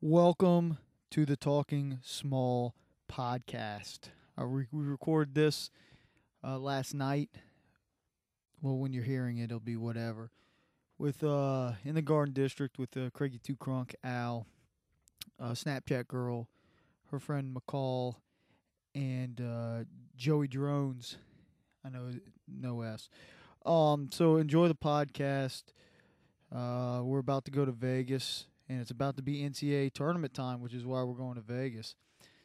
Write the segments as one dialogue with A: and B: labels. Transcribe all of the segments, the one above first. A: Welcome to the Talking Small podcast. Uh, we, we record this uh, last night. Well, when you're hearing it, it'll be whatever. With uh, in the Garden District with uh, Craigie Two Crunk Al, uh, Snapchat Girl, her friend McCall, and uh, Joey Drones. I know no S. Um, so enjoy the podcast. Uh, we're about to go to Vegas, and it's about to be NCAA tournament time, which is why we're going to Vegas.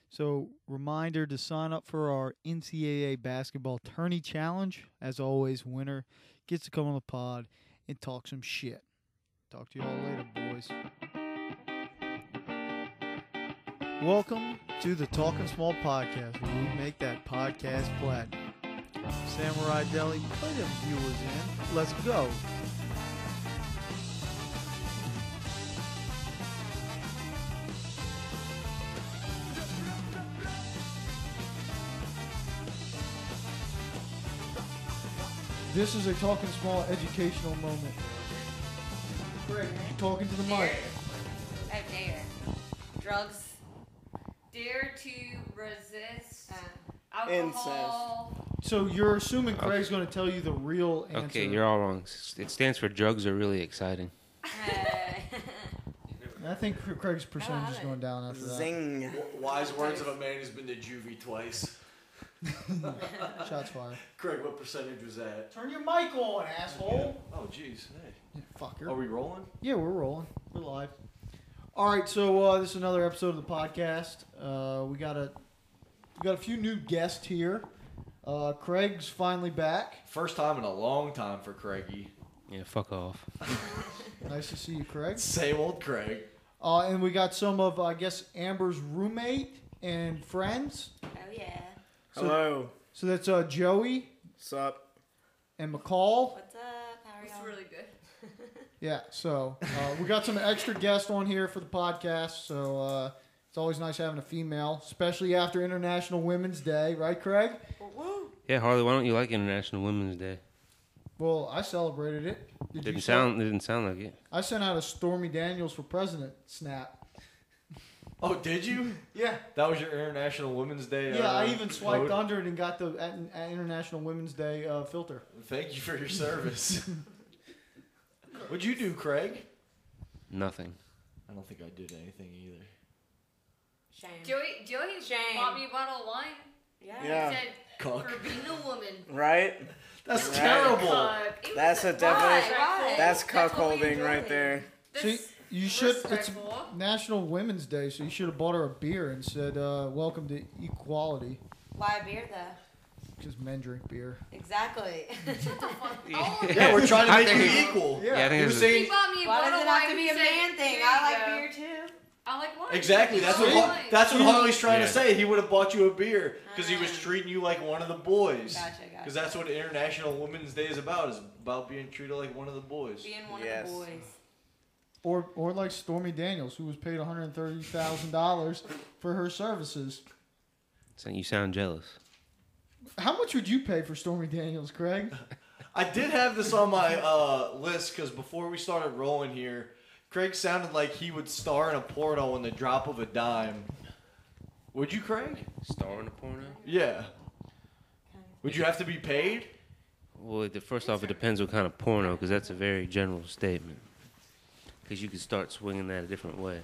A: So, reminder to sign up for our NCAA basketball tourney challenge. As always, winner gets to come on the pod and talk some shit. Talk to you all later, boys. Welcome to the Talking Small podcast, where we make that podcast platinum. Samurai Deli, play them viewers in. Let's go. This is a Talking Small educational moment. Greg, you talking to the mic.
B: I dare. Drugs. Dare to resist. alcohol.
A: So you're assuming Craig's going to tell you the real answer.
C: Okay, you're all wrong. S- It stands for drugs are really exciting.
B: Uh,
A: I think Craig's percentage is
B: it.
A: going down after that.
D: Zing.
E: Wise words of a man who's been to juvie twice.
A: Shots fired.
E: Craig, what percentage was that?
A: Turn your mic on,
E: Oh, jeez. Hey.
A: Fucker.
C: Oh,
E: Are we rolling?
A: Yeah, we're rolling. We're live. All right, so uh, this is another episode of the podcast. Uh, we got a we got a few new guests here. Uh, Craig's finally back.
E: First time in a long time for Craigie.
C: Yeah, fuck off.
A: Nice to see you, Craig.
E: Same old Craig.
A: Uh, and we got some of I guess Amber's roommate and friends.
B: oh yeah.
A: So-
D: Hello.
A: So that's uh, Joey
D: Sup?
A: and McCall.
B: What's up? How are y'all? really good.
A: Yeah, so uh, we got some extra guests on here for the podcast. So uh, it's always nice having a female, especially after International Women's Day, right, Craig?
C: Yeah, Harley, why don't you like International Women's Day?
A: Well, I celebrated it. Did
C: Didn't
A: you
C: sound didn't sound like it.
A: I sent out a Stormy Daniels for president snap.
E: Oh, did you?
A: Yeah,
E: That was your International Women's Day.
A: yeah.
E: uh,
A: I even swiped
E: vote?
A: under it and got the at, at International Women's Day uh, filter.
E: Thank you for your service. What'd you do, Craig?
C: Nothing.
E: I don't think I did anything either.
F: Shame.
B: Joey, Joey
F: Shame.
B: bought me a bottle of wine.
F: yeah.
D: Yeah.
B: He said,
E: Cuck.
B: for being a woman.
D: Right?
E: That's
D: Right.
E: terrible.
B: Fuck. It was
D: That's a
B: why?
D: definition-
B: Why?
D: That's
B: what we
D: cuckolding
B: do.
D: right there.
A: See,
B: This-
A: you should. It's
B: respectful.
A: National Women's Day, so you should have bought her a beer and said, uh, "Welcome to equality,"
F: Why a beer though?
A: because men drink beer.
F: Exactly.
B: Oh,
E: Yeah, we're trying
C: I
E: to make
C: think-
E: you equal.
C: Yeah, I think
E: He was
C: it's-
B: he
E: saying
B: bought me a
F: Why
B: bottle
F: does
B: of
F: it
B: wine.
F: have to be
B: He
F: a
B: said,
F: man thing?
B: "Here
F: I
B: you
F: like
B: go.
F: beer too.
B: I like wine.
E: Exactly. That's what
A: Really?
E: Har- that's what Harley's trying
C: Yeah.
E: to say. He would have bought you a beer because he was
A: Uh.
F: Ah.
E: treating you like one of the boys.
F: Gotcha, gotcha.
E: Because that's what International Women's Day is about. Is about being treated like one of the boys.
F: Being one
D: Yes.
F: of the boys.
A: Or, or like Stormy Daniels, who was paid one hundred thirty thousand dollars for her services.
C: So you sound jealous.
A: How much would you pay for Stormy Daniels, Craig?
E: I did have this on my uh, list because before we started rolling here, Craig sounded like he would star in a porno on the drop of a dime. Would you, Craig?
C: Star in a porno?
E: Yeah. Would you have to be paid?
C: Well, it, first off, it depends what kind of porno, because that's a very general statement. Because you could start swinging that a different way.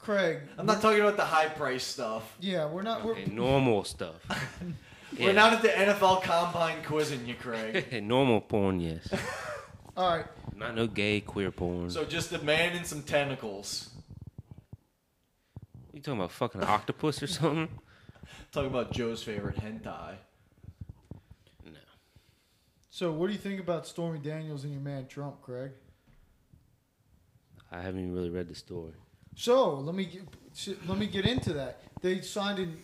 A: Craig.
E: I'm not talking about the high price stuff.
A: Yeah, we're not. We're,
C: Okay, normal stuff.
E: We're not at the NFL Combine quizzing you, Craig.
C: normal porn, yes.
A: all right.
C: Not no gay queer porn.
E: so just a man in some tentacles.
C: you talking about fucking octopus or something?
E: Talking about Joe's favorite hentai.
C: No.
A: So, what do you think about Stormy Daniels and your man Trump, Craig?
C: I haven't even really read the story.
A: So let me get, s- let me get into that. They signed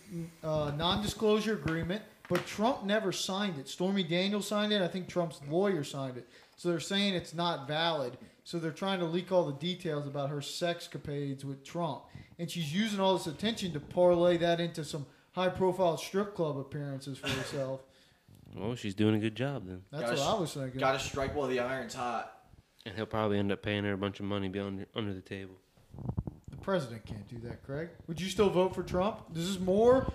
A: a uh, non-disclosure agreement, but Trump never signed it. Stormy Daniels signed it. I think Trump's lawyer signed it. So they're saying it's not valid. So they're trying to leak all the details about her sexcapades with Trump, and she's using all this attention to parlay that into some high-profile strip club appearances for herself.
C: Well, she's doing a good job then.
A: That's
E: Gotta
A: what
E: sh-
A: I was thinking.
E: Gotta strike while the iron's hot.
C: And he'll probably end up paying her a bunch of money beyond under the table.
A: president can't do that, Craig. Would you still vote for Trump? This is more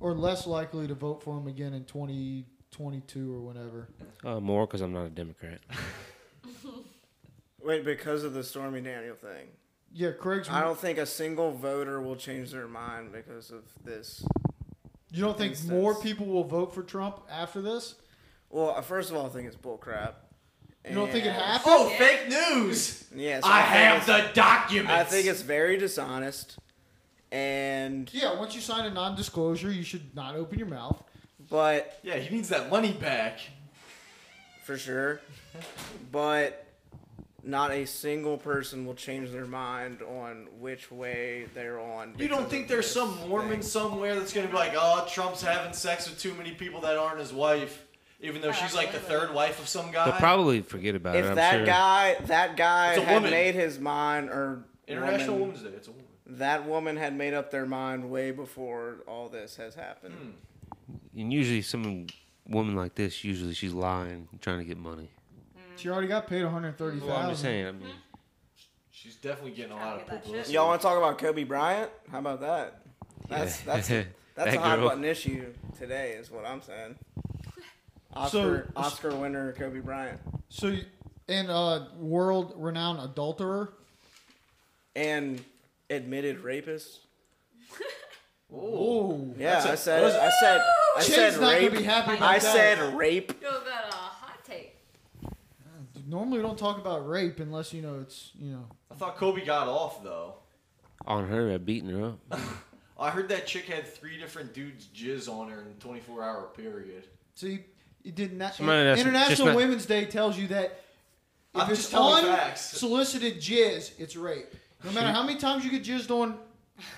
A: or less likely to vote for him again in 2022 or whenever.
C: Uh, more because I'm not a Democrat.
D: Wait, because of the Stormy Daniel thing.
A: Yeah, Craig's.
D: I don't think a single voter will change their mind because of this.
A: you don't think
D: Makes
A: more
D: sense.
A: people will vote for Trump after this?
D: Well, uh, first of all, I think it's bullcrap.
A: You don't think it
D: And-
A: happened?
E: Oh, fake news!
D: Yes,
E: I
D: think
E: have
D: it's-
E: the documents.
D: I think it's very dishonest, and
A: Yeah, once you sign a non-disclosure, you should not open your mouth.
D: but
E: yeah, he needs that money back.
D: for sure, but not a single person will change their mind on which way they're on.
E: You don't
D: because
E: think
D: of
E: there's
D: this
E: some Mormon
D: thing.
E: somewhere that's gonna be like, oh, Trump's having sex with too many people that aren't his wife, even though
F: Oh,
E: she's like the
F: absolutely.
E: third wife of some guy.
C: They'll probably forget about it.
D: If
C: I'm
D: that
C: sure.
D: guy, that guy
E: It's a
D: had
E: woman.
D: made his mind, or
E: International
D: woman-
E: Women's Day. It's a woman.
D: that woman had made up their mind way before all this has happened.
E: Hmm.
C: and usually some woman like this, usually she's lying, trying to get money.
A: She already got paid 130,000.
C: Well, I'm just saying. I mean,
E: She's definitely getting a lot of
F: Get that shit.
E: publicity.
D: Y'all want to talk about Kobe Bryant? How about that? That's
C: Yeah.
D: that's that's
C: That
D: a hot
C: girl.
D: button issue today, is what I'm saying.
A: So-
D: Oscar Oscar winner Kobe Bryant
A: So, you- and uh, world-renowned adulterer.
D: and admitted rapist.
A: Oh,
D: Yeah,
E: That's a-
D: I said
E: those-
D: I said I
A: Shane's
D: said
A: not
D: rape.
A: gonna be happy about
D: I
A: that.
D: said rape.
B: Yo, got a hot take.
A: Normally, we don't talk about rape unless you know it's you know.
E: I thought Kobe got off though.
C: on her, at beating her up.
E: I heard that chick had three different dudes jizz on her in a 24 hour period.
A: See, it did not.
C: Somebody that's just
A: International
C: not-
A: Women's Day tells you that if
E: I'm just
A: it's
E: telling
A: on
E: facts.
A: solicited jizz, it's rape. No matter how many times you get jizzed on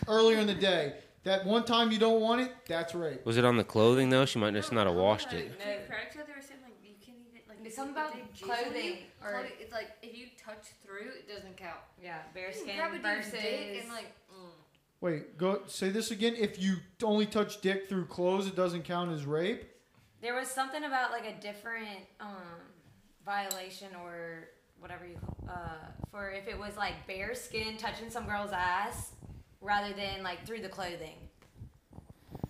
A: earlier in the day, that one time you don't want it, that's rape.
C: Was it on the clothing though? She might just not have washed it.
B: Like, no. Craig said they were saying like you can't even like
F: It's
B: if
F: something
B: they
F: about
B: did jizz
F: clothing
B: on you,
F: or-
B: clothing, it's like if you touch through, it doesn't count.
F: Yeah,
B: You
F: bare
B: can
F: skin
B: grab a dude's
F: versus.
B: dick and like. Mm.
A: Wait, go say this again. If you only touch dick through clothes, it doesn't count as rape.
F: There was something about like a different um, violation or whatever you uh, for if it was like bare skin touching some girl's ass rather than like through the clothing.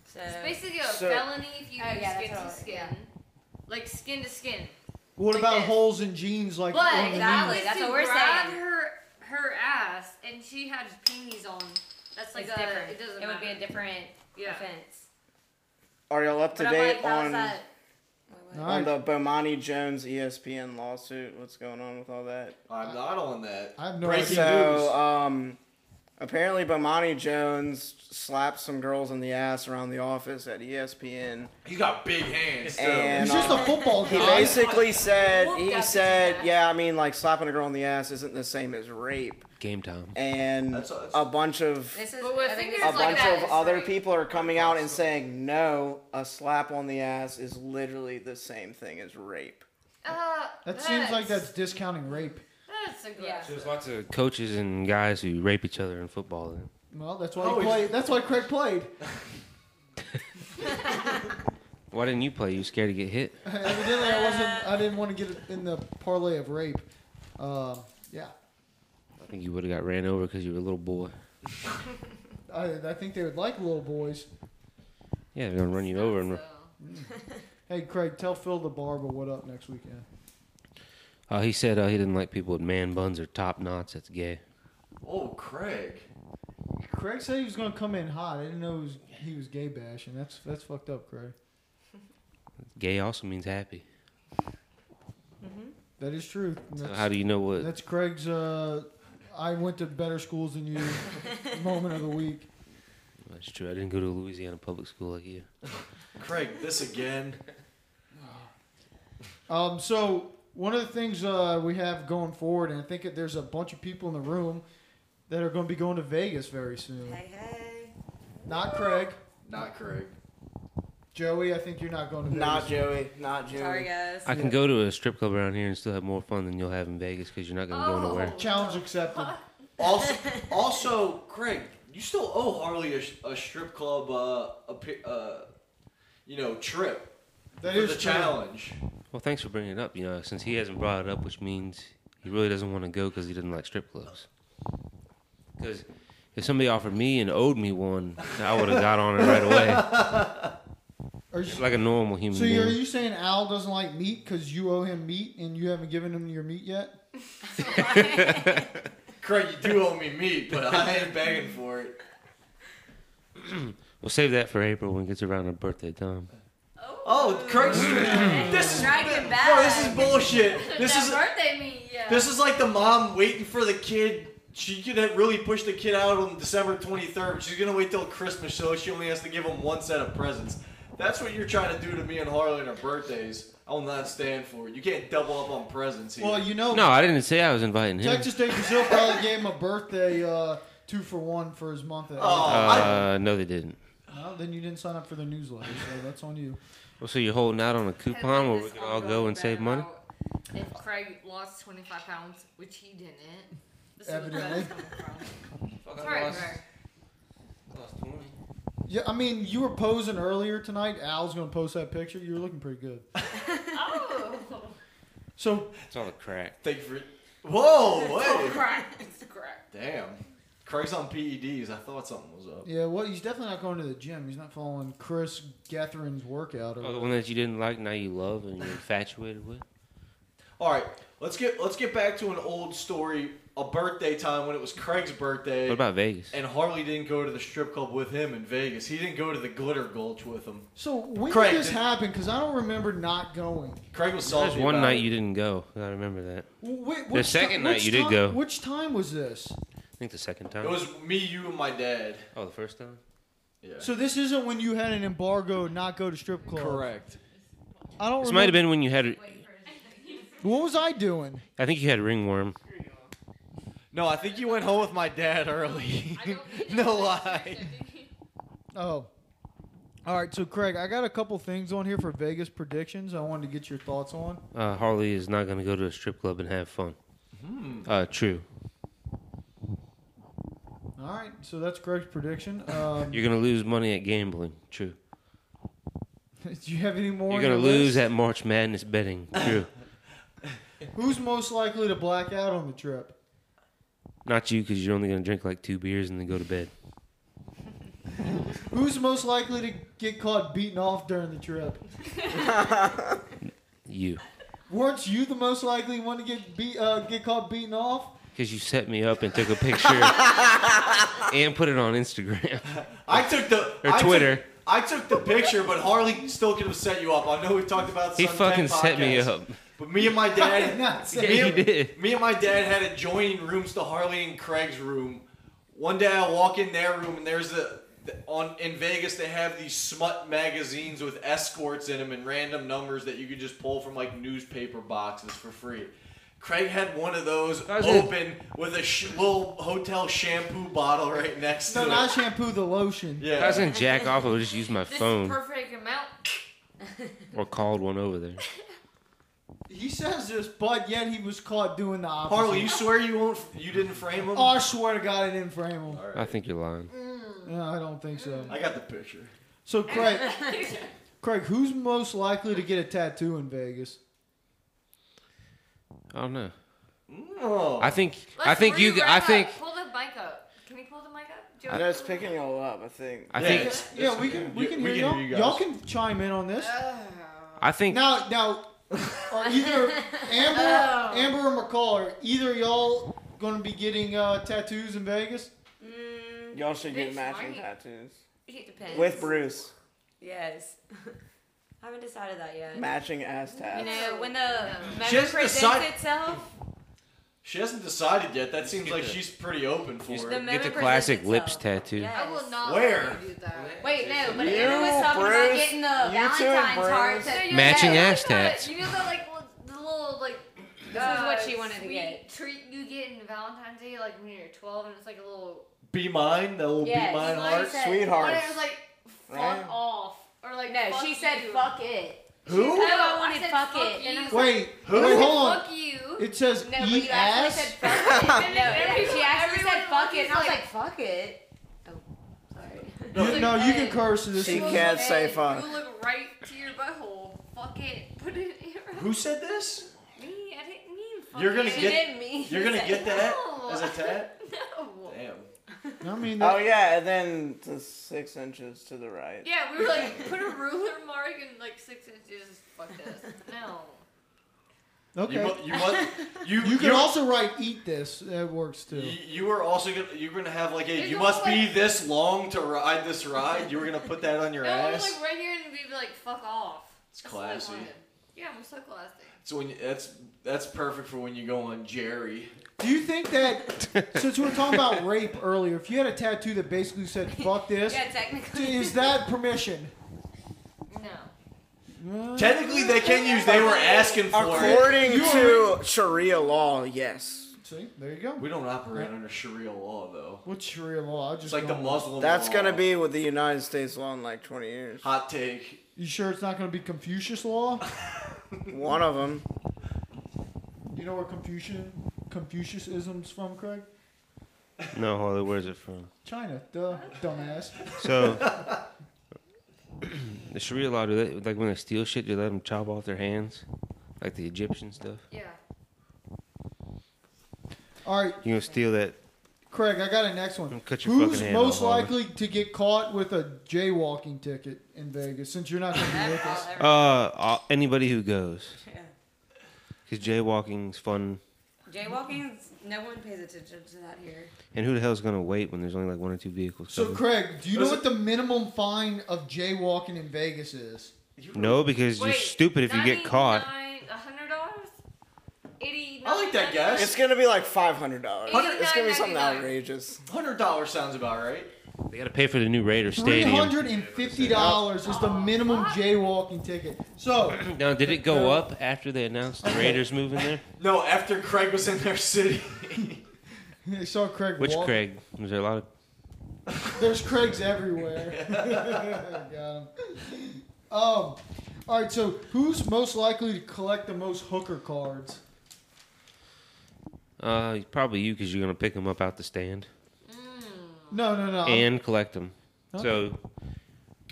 F: So
B: It's basically a
D: So-
B: felony if you
F: Oh,
B: do
F: yeah, that's
B: skin to
F: what-
B: skin.
F: yeah.
B: Like skin to skin.
A: What
B: Like
A: about
B: this.
A: holes in jeans? Like
B: But
A: on the
F: exactly,
A: knees?
F: that's
B: to
F: what we're
B: grab
F: saying.
B: her her ass and she had panties on. That's like
F: it's
B: a,
F: different.
B: it doesn't
F: would be a
B: matter.
F: different
B: Yeah.
F: offense.
D: Are y'all up to
F: But I'm
D: date
F: like, how is
D: on
F: that?
A: No,
D: on the Bomani Jones E ESPN lawsuit? What's going on with all that?
E: I'm not on that.
A: I have no
E: Breaking
D: So,
E: news.
D: um, apparently, Bomani Jones slapped some girls in the ass around the office at E ESPN.
E: He's got big hands. Too.
D: And- um,
A: He's just a football
D: He
A: guy.
D: basically said,
B: Whooped
D: he
B: up
D: said,
B: his ass.
D: yeah, I mean, like slapping a girl in the ass isn't the same as rape.
C: Game time.
D: And
E: That's- that's-
D: a bunch of
F: This is
B: But with
F: I think
B: fingers
F: this
D: a
F: is
B: It's like
D: bunch
B: that,
D: of
B: it's
D: other
B: rape.
D: people are coming out and saying, no, a slap on the ass is literally the same thing as rape.
B: Uh,
A: That seems like
B: that's
A: that's discounting rape.
B: that's aggressive.
C: There's lots of coaches and guys who rape each other in football. Then.
A: Well, that's why
E: Oh,
A: he
E: he's-
A: played. That's why Craig played.
C: Why didn't you play? You scared to get hit?
A: Evidently, I wasn't. I didn't want to get in the parlay of rape. Uh, yeah,
C: I think you would have got ran over because you were a little boy.
A: I, I think they would like little boys.
C: Yeah, they're gonna run you over. And
B: So-
A: Hey, Craig, tell Phil the barber what up next weekend.
C: uh, he said uh, he didn't like people with man buns or top knots. That's gay.
E: oh, Craig.
A: Craig said he was gonna come in hot. I didn't know he was, he was gay bashing. That's that's fucked up, Craig.
C: Gay also means happy.
A: That is true.
C: So
A: That's,
C: how do you know what?
A: that's Craig's. Uh, I went to better schools than you. moment of the week.
C: That's true. I didn't go to Louisiana public school like you.
E: Craig, this again.
A: Um, so one of the things uh, we have going forward, and I think that there's a bunch of people in the room that are going to be going to Vegas very soon.
F: Hey, hey.
A: Not Craig,
E: Not Craig.
A: Joey. I think you're not going to Vegas.
D: Not Joey, not Joey.
F: Sorry, guys.
C: I can go to a strip club around here and still have more fun than you'll have in Vegas because you're not gonna go
B: Oh.
C: nowhere.
A: Challenge accepted.
E: Also, also, Craig, you still owe Harley a, sh- a strip club, uh, a, pi- uh, you know, trip
A: That
E: for
A: is
E: the
A: true.
E: challenge.
A: Oh.
C: Well, thanks for bringing it up. You know, since he hasn't brought it up, which means he really doesn't want to go because he doesn't like strip clubs. Because If somebody offered me and owed me one, I would have got on it right away,
A: Are you,
C: like a normal human
A: so
C: being.
A: you are you saying Al doesn't like meat because you owe him meat and you haven't given him your meat yet?
E: Craig, you do owe me meat, but I ain't begging for it.
C: We'll save that for April when it gets around her birthday time.
E: Oh, Craig's. this is.
F: Dragon back.
E: Bro, this is bullshit. This is.
B: birthday meat, yeah.
E: This is like the mom waiting for the kid. She could have really pushed the kid out on December 23rd. but She's gonna wait till Christmas, so she only has to give him one set of presents. That's what you're trying to do to me and Harley on our birthdays. I will not stand for it. You can't double up on presents here.
A: Well, you know,
C: No, I didn't say I was inviting him.
A: Texas State Brazil probably gave him a birthday uh, two for one for his month. At
E: Oh.
C: Uh, no, they didn't.
A: Well, then you didn't sign up for their newsletter, so that's on you.
C: Well, so you're holding out on a coupon where we
B: This
C: could all go
B: ongoing
C: and save
B: battle
C: money?
B: about If Craig lost 25 pounds, which he didn't, this
A: Evidently.
B: is where that's coming from. Sorry, Craig.
A: Yeah, I mean, you were posing earlier tonight. Al's gonna post that picture. You were looking pretty good.
B: Oh,
A: So
C: It's all a crack.
E: Thank you for. Whoa!
B: oh,
E: What?
B: Craig. It's Craig.
E: Damn. Craig's on PEDs. I thought something was up.
A: yeah, well, he's definitely not going to the gym. He's not following Chris Getherin's workout. Or
C: Oh, the one that you didn't like, now you love and you're infatuated with?
E: All right, let's get let's get back to an old story. A birthday time when it was Craig's birthday.
C: What about Vegas?
E: And Harley didn't go to the strip club with him in Vegas. He didn't go to the glitter gulch with him.
A: so when
E: Craig,
A: did this
E: did-
A: happen? Because I don't remember not going.
E: Craig was
C: There's
E: salty.
C: one
E: about
C: night
E: it.
C: you didn't go. I remember that.
A: Wh- Wait, which
C: second
A: ti-
C: night
A: which
C: you did
A: ti-
C: go.
A: Which time was this?
C: I think the second
E: It
C: time.
E: was me, you, and my dad.
C: oh, the first time?
E: Yeah.
A: So this isn't when you had an embargo, not go to strip club.
E: Correct.
A: I don't.
C: This
A: remember.
C: might have been when you had.
A: What was I doing?
C: I think you had ringworm.
E: No, I think you went home with my dad early. no lie.
A: Oh. All right, so Craig, I got a couple things on here for Vegas predictions. I wanted to get your thoughts on.
C: Uh, Harley is not going to go to a strip club and have fun.
E: Hmm.
C: Uh, true.
A: All right, so that's Craig's prediction. Um,
C: You're going to lose money at gambling. True.
A: do you have any more?
C: You're
A: on
C: going to
A: your
C: lose
A: list?
C: at March Madness betting. True.
A: Who's most likely to black out on the trip?
C: Not you, because you're only going to drink like two beers and then go to bed.
A: Who's most likely to get caught beating off during the trip?
C: You.
A: Weren't you the most likely one to get beat, uh, get caught beating off?
C: Because you set me up and took a picture and put it on Instagram.
E: I took the
C: Or
E: I took-
C: Twitter.
E: I took the picture, but Harley still could have set you up. I know we talked about this
C: He
E: on 10
C: fucking set me
E: podcasts,
C: up.
E: But me and my
A: I
E: dad
A: did not
C: Yeah,
A: say.
E: Me
C: he
E: and-
C: did.
E: Me and my dad had adjoining rooms to Harley and Craig's room. One day I walk in their room and there's the, the on in Vegas they have these smut magazines with escorts in them and random numbers that you could just pull from like newspaper boxes for free. Craig had one of those
C: was it.
E: open with a sh- little hotel shampoo bottle right next to
A: No,
E: it.
A: not shampoo, the lotion.
C: If I
E: yeah.
C: was going to jack off, I would just use my
B: This is
C: phone
B: perfect amount.
C: or called one over there.
A: He says this, but yet he was caught doing the opposite.
E: Harley, you swear you won't you didn't frame him?
A: Oh, I swear to God, I didn't frame him.
E: All
C: I
E: right.
C: think you're lying.
A: No, I don't think so.
E: I got the picture.
A: So Craig, Craig, who's most likely to get a tattoo in Vegas?
C: I don't know.
E: Oh.
C: I think. I
B: Let's
C: think you.
B: rewrap
C: I
B: up.
C: think.
B: Pull the mic up. Can we pull the mic up? Do you
D: No, it's picking y'all up. I think.
C: I
E: Yeah,
C: think.
E: it's-
A: Yeah,
E: it's
A: we
E: okay.
A: can we
E: You-
A: can hear y'all.
E: you guys.
A: Y'all can chime in on
B: Uh,
A: this.
C: I think.
A: Now now, are either Amber Amber or McCall are either y'all gonna be getting uh, tattoos in Vegas?
B: Mm,
D: Y'all should get
B: Bitch,
D: matching
B: right?
D: tattoos
F: It depends.
D: with Bruce.
F: Yes. I haven't decided that yet.
D: Matching ass
F: You
D: tats.
F: know, when the
E: She
F: memory
E: hasn't
F: presents
E: decided-
F: itself,
E: She hasn't decided yet. That seems
C: get
E: like
C: the-
E: she's pretty open for
C: just
E: it.
F: the memory
C: Get the
F: presents
C: classic
F: itself.
C: lips tattoo.
F: Yes.
B: I will not
E: Where?
B: let you do that.
F: Wait, no, but
D: You,
F: Anna was talking about
D: Bruce,
F: getting
D: you
F: the
D: too,
F: Valentine's heart.
D: Bruce.
F: So you
C: Matching
F: know,
C: ass tats.
B: You know the like l- the little like. This
F: is what she wanted to get.
B: Treat you get in Valentine's Day like when you're 12 and it's like a little.
E: Be mine, that will
F: Yes.
E: be mine
F: Be
B: mine,
E: heart.
F: said-
B: But
D: Sweetheart.
B: it was like fuck
D: Right.
B: off or like.
F: No,
B: fuck
F: she said
B: you.
F: fuck it.
E: Who?
B: Oh,
F: said- I wanted
B: said,
F: fuck it, and
B: you.
F: I was
A: Wait,
E: Who?
A: wait, hold on.
B: Fuck you.
A: It says E
F: No, but
A: eat
F: you actually
A: ass.
F: said fuck it. No,
B: Everyone-
F: she actually said
B: everyone
F: fuck it, and I was
B: was
F: like,
B: like-
F: fuck it. Oh, sorry.
A: You- no, you can curse. This
D: She
A: is-
D: can't say
B: And
D: fuck.
B: You look right to your butthole. Fuck it. Put it in your.
E: Who said this?
B: Me, I didn't mean fuck
E: You're gonna
B: it.
F: She
E: get-
F: didn't mean.
E: You're gonna
F: to
E: get
F: say-
E: that
B: No.
E: as a tat?
B: No.
E: Damn.
A: I mean,
D: Oh yeah, and then to six inches to the right.
B: Yeah, we were like, put a ruler mark and like six inches. Fuck this. No.
A: okay.
E: Oh, You, mu- you, must, you,
A: You can
E: you're-
A: also write "eat this." That works
E: You,
A: too.
E: you were also gonna, you were gonna have like a
B: It's
E: you
B: almost
E: must be
B: like-
E: this long to ride this ride. You were gonna put that on your
B: No, it was
E: ass.
B: like right here and we'd be like, fuck off.
E: It's
B: That's what I
E: classy.
B: wanted. Yeah, I'm so classy.
E: So when you, that's that's perfect for when you go on Jerry.
A: Do you think that since we were talking about rape earlier, if you had a tattoo that basically said "fuck this,"
F: Yeah, technically.
A: is that permission?
B: No.
E: Technically, they can use. They were asking for it.
D: According to Sharia law, yes.
A: See, there you go.
E: We don't operate under Sharia law though.
A: What's Sharia law? I just
E: It's like the
A: don't-
E: Muslim.
D: That's
E: law.
D: gonna be with the United States law in like 20 years.
E: hot take.
A: You sure it's not going to be Confucius law?
D: One of them.
A: You know where Confucian Confucianism's from, Craig?
C: No, Harley, where's it from?
A: China, duh, dumbass.
C: So, the Sharia law, do they, like when they steal shit, do they let them chop off their hands? Like the Egyptian stuff?
B: Yeah.
A: All right,
C: You gonna steal that?
A: Craig, I got a next one.
C: Don't cut your
A: Who's
C: fucking hand
A: most
C: off, Oliver.
A: likely to get caught with a jaywalking ticket in Vegas? Since you're not going to be with us,
C: Uh, uh, anybody who goes. Because jaywalking's fun.
F: Jaywalking, no one pays attention to that here.
C: And who the hell's gonna wait when there's only like one or two vehicles?
A: so
C: coming?
A: Craig, do you know
E: Listen-
A: what the minimum fine of jaywalking in Vegas is?
C: no, because you're stupid if you get caught.
B: hundred dollars. Eighty.
E: I like that guess.
D: It's gonna be like $500.
B: Hundred-
D: It's gonna be something
B: $99.
D: outrageous.
E: Hundred dollars sounds about right.
C: They gotta pay for the new Raider
A: uh, Three
C: Stadium.
A: hundred and fifty dollars is the minimum jaywalking ticket. So
C: Now, did it go up after they announced the Raiders moving there?
E: No, after Craig was in their city.
A: I saw Craig.
C: Which
A: walk-
C: Craig? Was there a lot of?
A: There's Craigs everywhere. Got 'em. Um, all right. So who's most likely to collect the most hooker cards?
C: Uh, probably you, because you're gonna pick them up out the stand
A: No, no, no. I'm-
C: and collect them. So,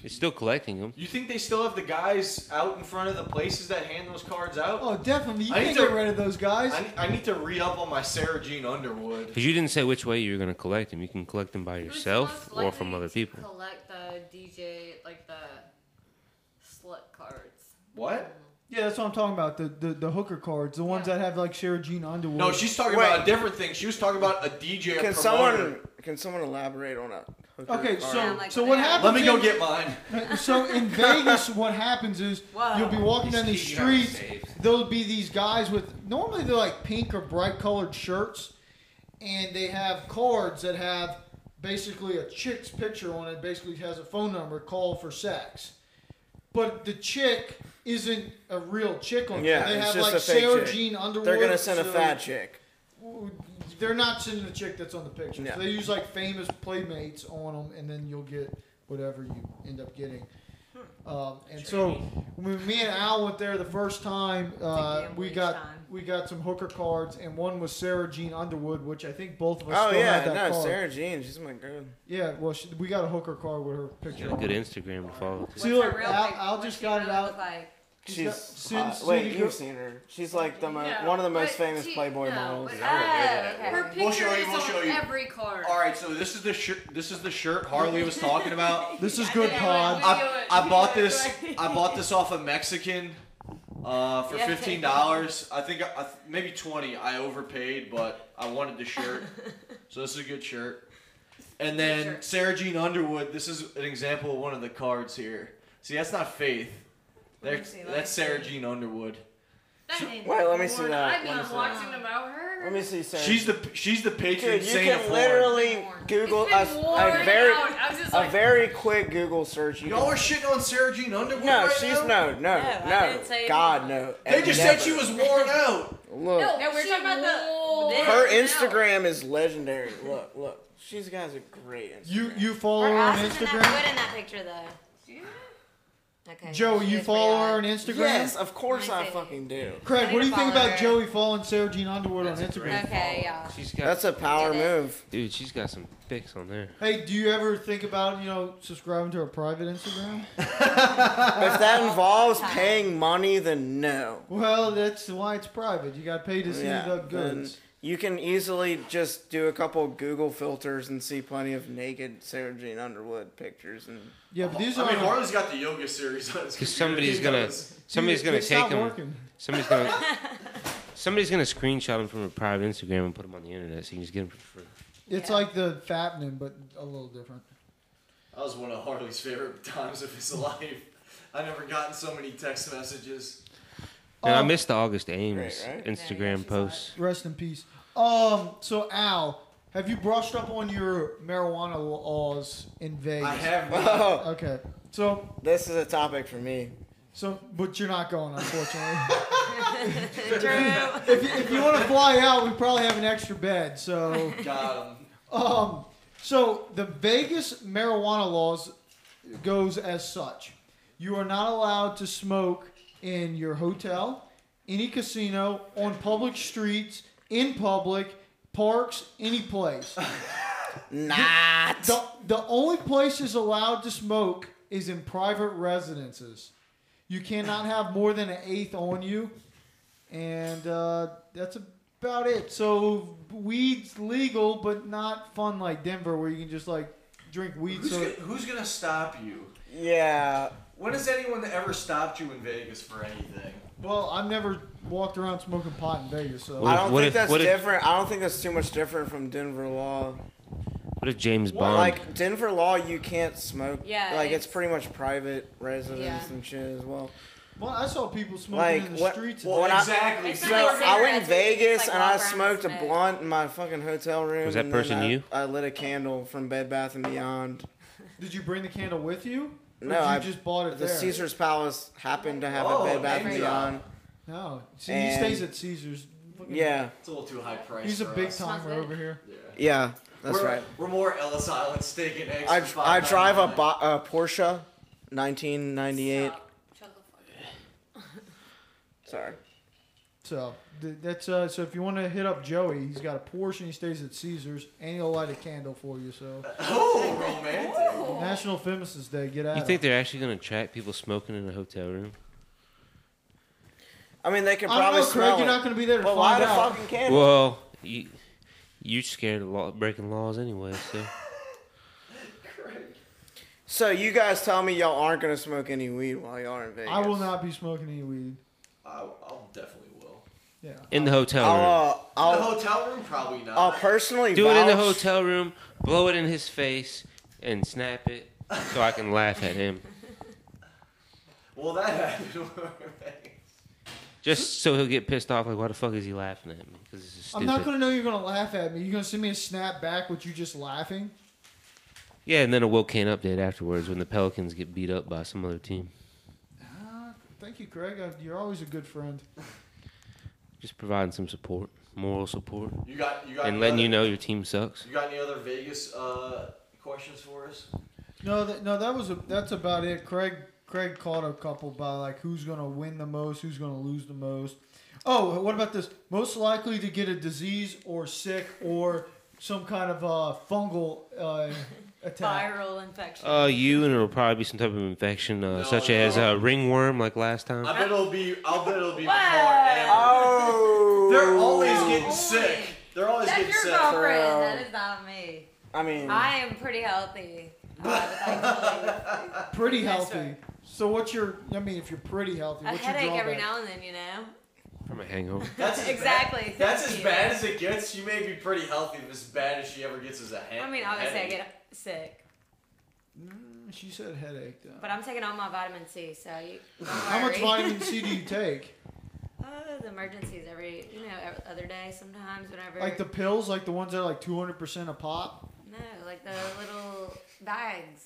C: it's still collecting them.
E: you think they still have the guys out in front of the places that hand those cards out?
A: oh, definitely. You
E: I
A: can't
E: need to-
A: get rid of those guys.
E: I, I need to read up on my Sarah Jean Underwood.
C: Because you didn't say which way you were going to collect them. You can collect them by
B: Who's
C: yourself
B: most
C: or from
B: likely
C: other
B: to
C: people.
B: Collect the DJ like the slut cards.
E: What?
A: yeah, that's what I'm talking about. The the, the hooker cards, the ones
B: Yeah.
A: that have like Sarah Jean Underwood.
E: No, she's talking
D: Wait.
E: about a different thing. She was talking about a DJ. or
D: Can
E: promoter.
D: someone can someone elaborate on a hooker
A: Okay,
D: card?
A: so
F: Yeah, like
A: so
F: what
A: what
F: they have.
A: happens?
E: Let me go
A: in-
E: get mine.
A: So in Vegas, what happens is
F: Wow.
A: you'll be walking
E: He's
A: down these
E: teaching how to
A: streets.
E: save.
A: There'll be these guys with normally they're like pink or bright colored shirts, and they have cards that have basically a chick's picture on it. Basically has a phone number, call for sex. But the chick isn't a real chick on
D: Yeah,
A: there. They
D: it's
A: have
D: just
A: like
D: a fake
A: Sarah
D: chick.
A: Jean Underwood.
D: They're gonna send a
A: so-
D: fat chick.
A: They're not sending the chick that's on the picture.
D: Yeah.
A: So they use like famous playmates on them, and then you'll get whatever you end up getting.
F: Hmm.
A: Um, and so when me and Al went there the first time, uh,
F: gambling
A: we got
F: time.
A: we got some hooker cards, and one was Sarah Jean Underwood, which I think both of us
D: Oh
A: still
D: yeah,
A: had that
D: no,
A: card.
D: Sarah Jean, she's my girl.
A: Yeah, well, she, we got a hooker card with her picture.
C: Got a
A: on
C: good
A: it.
C: Instagram to follow.
A: See,
F: What's her
A: look,
F: real
A: Al,
F: pic-
A: Al
F: what
A: just
F: she
A: got it
F: really
A: out.
F: look Like.
A: She's
D: She's
A: got-
D: hot.
A: since-
D: wait,
A: since-
D: you've seen her. She's like the mo-
B: Yeah,
D: one of the most
B: but
D: famous
B: she-
D: Playboy
B: no,
D: models.
B: but-
F: Oh, okay.
B: Her picture
E: We'll show you,
B: is
E: we'll
B: on
E: show you.
B: every card.
E: All right, so this is the shirt. This is the shirt Harley was talking about.
A: This is good
B: Yeah,
A: pod.
B: we-
E: I, I bought this. I bought this off a Mexican uh, for
F: Yeah.
E: fifteen dollars. I think I, maybe twenty. I overpaid, but I wanted the shirt, so this is a good shirt. And then
B: shirt.
E: Sarah Jean Underwood. This is an example of one of the cards here. See, that's not Faith.
F: Let me
E: That's,
F: see, let me
E: that's Sarah
F: see.
E: Jean Underwood.
B: That ain't
D: Wait, let me
B: porn.
D: see that.
B: I
D: Let
B: mean,
D: me
B: I'm
D: see
B: watching about her.
D: uh, Let me see Sarah.
E: She's the she's the patron
D: Dude, you
E: saint
D: can
E: of porn.
D: literally
F: Porn.
D: Google
B: It's
D: a,
B: been worn
D: a very
B: out. I was just
D: a
B: like,
D: very quick Google search. You
E: Y'all
D: can,
E: are shitting on Sarah Jean Underwood.
D: no,
E: right
D: she's
E: now?
D: no, no,
F: No, I
D: no.
F: didn't say
D: God,
F: anything.
D: no.
E: They just said
D: Never.
E: she was worn out.
D: Look,
B: No,
F: No, we're
B: she
F: talking about the-
B: wore
F: this.
D: her
B: it out.
D: Instagram is legendary. Look, look, she's got a great. Instagram.
A: You you follow
F: Her
A: her on
F: ass isn't that
A: Instagram,
F: good in that picture though. Okay.
A: Joe.
F: she
A: You
F: is
A: follow
F: pretty
A: her
F: hot.
A: on Instagram.
D: Yes, of course
F: Let me
D: I
F: see.
D: fucking do.
A: Craig,
F: I
A: what do
F: need
A: you
F: to
A: think
F: follow
A: about
F: her.
A: Joey following Sarah Jean Underwood on
C: That's a
A: Instagram?
C: great-
F: Okay, yeah.
C: She's got,
D: That's a power
F: Get it.
D: move.
C: dude. She's got some pics on there.
A: Hey, do you ever think about you know subscribing to her private Instagram?
D: If that involves paying money, then no.
A: Well, that's why it's private. You got paid to see
D: Yeah,
A: the goods.
D: You can easily just do a couple Google filters and see plenty of naked Sarah Jane Underwood pictures and
A: Yeah, but these
E: I
A: are.
E: mean, Harlan's got the yoga series on
C: Because
E: his computer.
C: somebody's
E: He
C: gonna
E: knows.
C: somebody's
A: Dude,
C: gonna
A: it's
C: take
A: not
C: them.
A: working.
C: Somebody's gonna somebody's gonna screenshot them from a private Instagram and put them on the internet, so you can just get them for free.
A: It's
F: Yeah.
A: like the fattening, but a little different.
E: That was one of Harley's favorite times of his life. I never gotten so many text messages.
C: And I
A: Um,
C: missed the August Ames
D: Oh. right, right.
C: Instagram
F: Yeah,
C: post.
A: Rest in peace. Um. So Al, have you brushed up on your marijuana laws in Vegas?
E: I have not.
D: Whoa,
A: Okay. So,
D: this is a topic for me.
A: so, but you're not going, unfortunately.
F: True.
A: if, you, if you want to fly out, we probably have an extra bed. So,
E: Got him.
A: um, so the Vegas marijuana laws goes as such: you are not allowed to smoke in your hotel, any casino, on public streets, in public parks, any place.
D: Not.
A: The, the only places allowed to smoke is in private residences. You cannot have more than an eighth on you, and uh, that's about it. So weed's legal, but not fun like Denver, where you can just like drink weed.
E: Who's,
A: So
E: gonna, who's gonna stop you?
D: Yeah.
E: When has anyone ever stopped you in Vegas for anything?
A: well, I've never walked around smoking pot in Vegas, so
C: What
D: I
C: if-
D: don't
C: what
D: think
C: if-
D: that's
C: what if-
D: different. I don't think that's too much different from Denver law.
C: What if James Bond?
D: Like Denver law, you can't smoke.
F: Yeah,
D: Like it's,
F: it's-
D: pretty much private residence
F: Yeah.
D: and shit as well.
A: well, I saw people smoking
D: Like,
A: in the
D: what-
A: streets.
D: Well, when I-
E: exactly.
F: It's
E: so-
D: So
F: not
D: I
F: like
D: went
F: cigarettes,
D: to
F: it's
D: Vegas
F: like
D: and I
F: walk around
D: smoked a
F: smoke.
D: blunt in my fucking hotel room.
C: Was that
D: and then
C: person
D: I-
C: you?
D: I lit a candle from Bed Bath and Beyond.
A: did you bring the candle with you? Or
D: No,
A: did you
D: I-
A: just bought it
D: The
A: there.
D: Caesar's Palace happened to have
E: Oh,
D: a Bed Bath and
E: name
D: Beyond.
A: No, see,
D: And-
A: he stays at Caesar's. Fucking-
D: Yeah,
E: It's a little too high price.
A: he's a
E: for
A: big
E: us.
A: timer over here.
E: Yeah.
D: yeah, that's
E: we're,
D: right.
E: We're more Ellis Island steak and eggs.
D: I,
E: for
D: I
E: $5.99.
D: drive a, bo- a Porsche, 1998.
F: Stop. Shut the fuck up.
D: Sorry.
A: So th- that's uh, so if you want to hit up Joey, he's got a Porsche and he stays at Caesars, and he'll light a candle for you. So
E: Oh, romantic.
A: National Feminists Day, get
D: uh,
A: out.
C: you think they're actually gonna track people smoking in a hotel room?
D: I mean, they could
A: I don't
D: probably
A: know, Craig.
D: smell
A: You're
D: it.
A: not going to be there to
D: But why
A: find
D: the
A: out.
D: fucking candle?
C: Well, you you're scared of law, breaking laws anyway, so
D: So you guys tell me y'all aren't gonna smoke any weed while y'all are in Vegas.
A: I will not be smoking any weed.
E: I, I'll definitely will.
A: Yeah.
C: in the hotel room.
D: I'll, uh,
E: the
D: I'll,
E: hotel room, probably not.
D: I'll personally
C: Do it in the
D: vouch-
C: hotel room, blow it in his face, and snap it so I can laugh at him.
E: well, that happened. when we were in Vegas.
C: Just so he'll get pissed off, like, why the fuck is he laughing at me? Because this is
A: I'm
C: stupid.
A: not going to know you're going to laugh at me. You're going to send me a snap back with you just laughing.
C: Yeah, and then a Will Kane update afterwards when the Pelicans get beat up by some other team.
A: Ah, thank you, Craig. I, you're always a good friend.
C: Just providing some support, moral support,
E: You got you got
C: and
E: any
C: letting
E: other-
C: you know your team sucks.
E: You got any other Vegas uh, questions for us?
A: No, that, no, that was a, that's about it. Craig Craig caught a couple by like who's gonna win the most, who's gonna lose the most. Oh, what about this? Most likely to get a disease or sick or some kind of uh, fungal uh, attack.
F: Viral infection.
C: Uh, you and it'll probably be some type of infection, uh,
E: No,
C: such as
E: no.
C: uh, ringworm, like last time.
E: I bet it'll be. I'll bet it'll be.
F: What?
E: Wow.
D: Oh,
E: They're always
F: No,
E: getting
F: only-
E: sick. They're always
F: That's
E: getting
F: your
E: sick.
F: girlfriend.
D: girl.
F: That is not me.
D: I mean,
F: I am pretty healthy. Uh,
A: Pretty
F: That's
A: healthy.
F: right.
A: So what's your? I mean, if you're pretty healthy,
F: a
A: what's your
F: headache every
A: drawback?
F: now and then, you know.
C: From a hangover.
E: That's as
F: Exactly.
E: Bad, that's as
F: Thank you.
E: bad as it gets. She may be pretty healthy, but as bad as she ever gets is a head.
F: I mean, obviously I get sick,
A: Mm, She said headache. Though.
F: but I'm taking all my vitamin C, so you. Don't
A: How much
F: worry.
A: vitamin C do you take?
F: Uh, the emergencies every, you know, every other day sometimes whenever.
A: Like the pills, like the ones that are like 200 percent a pop.
F: No, like the little bags.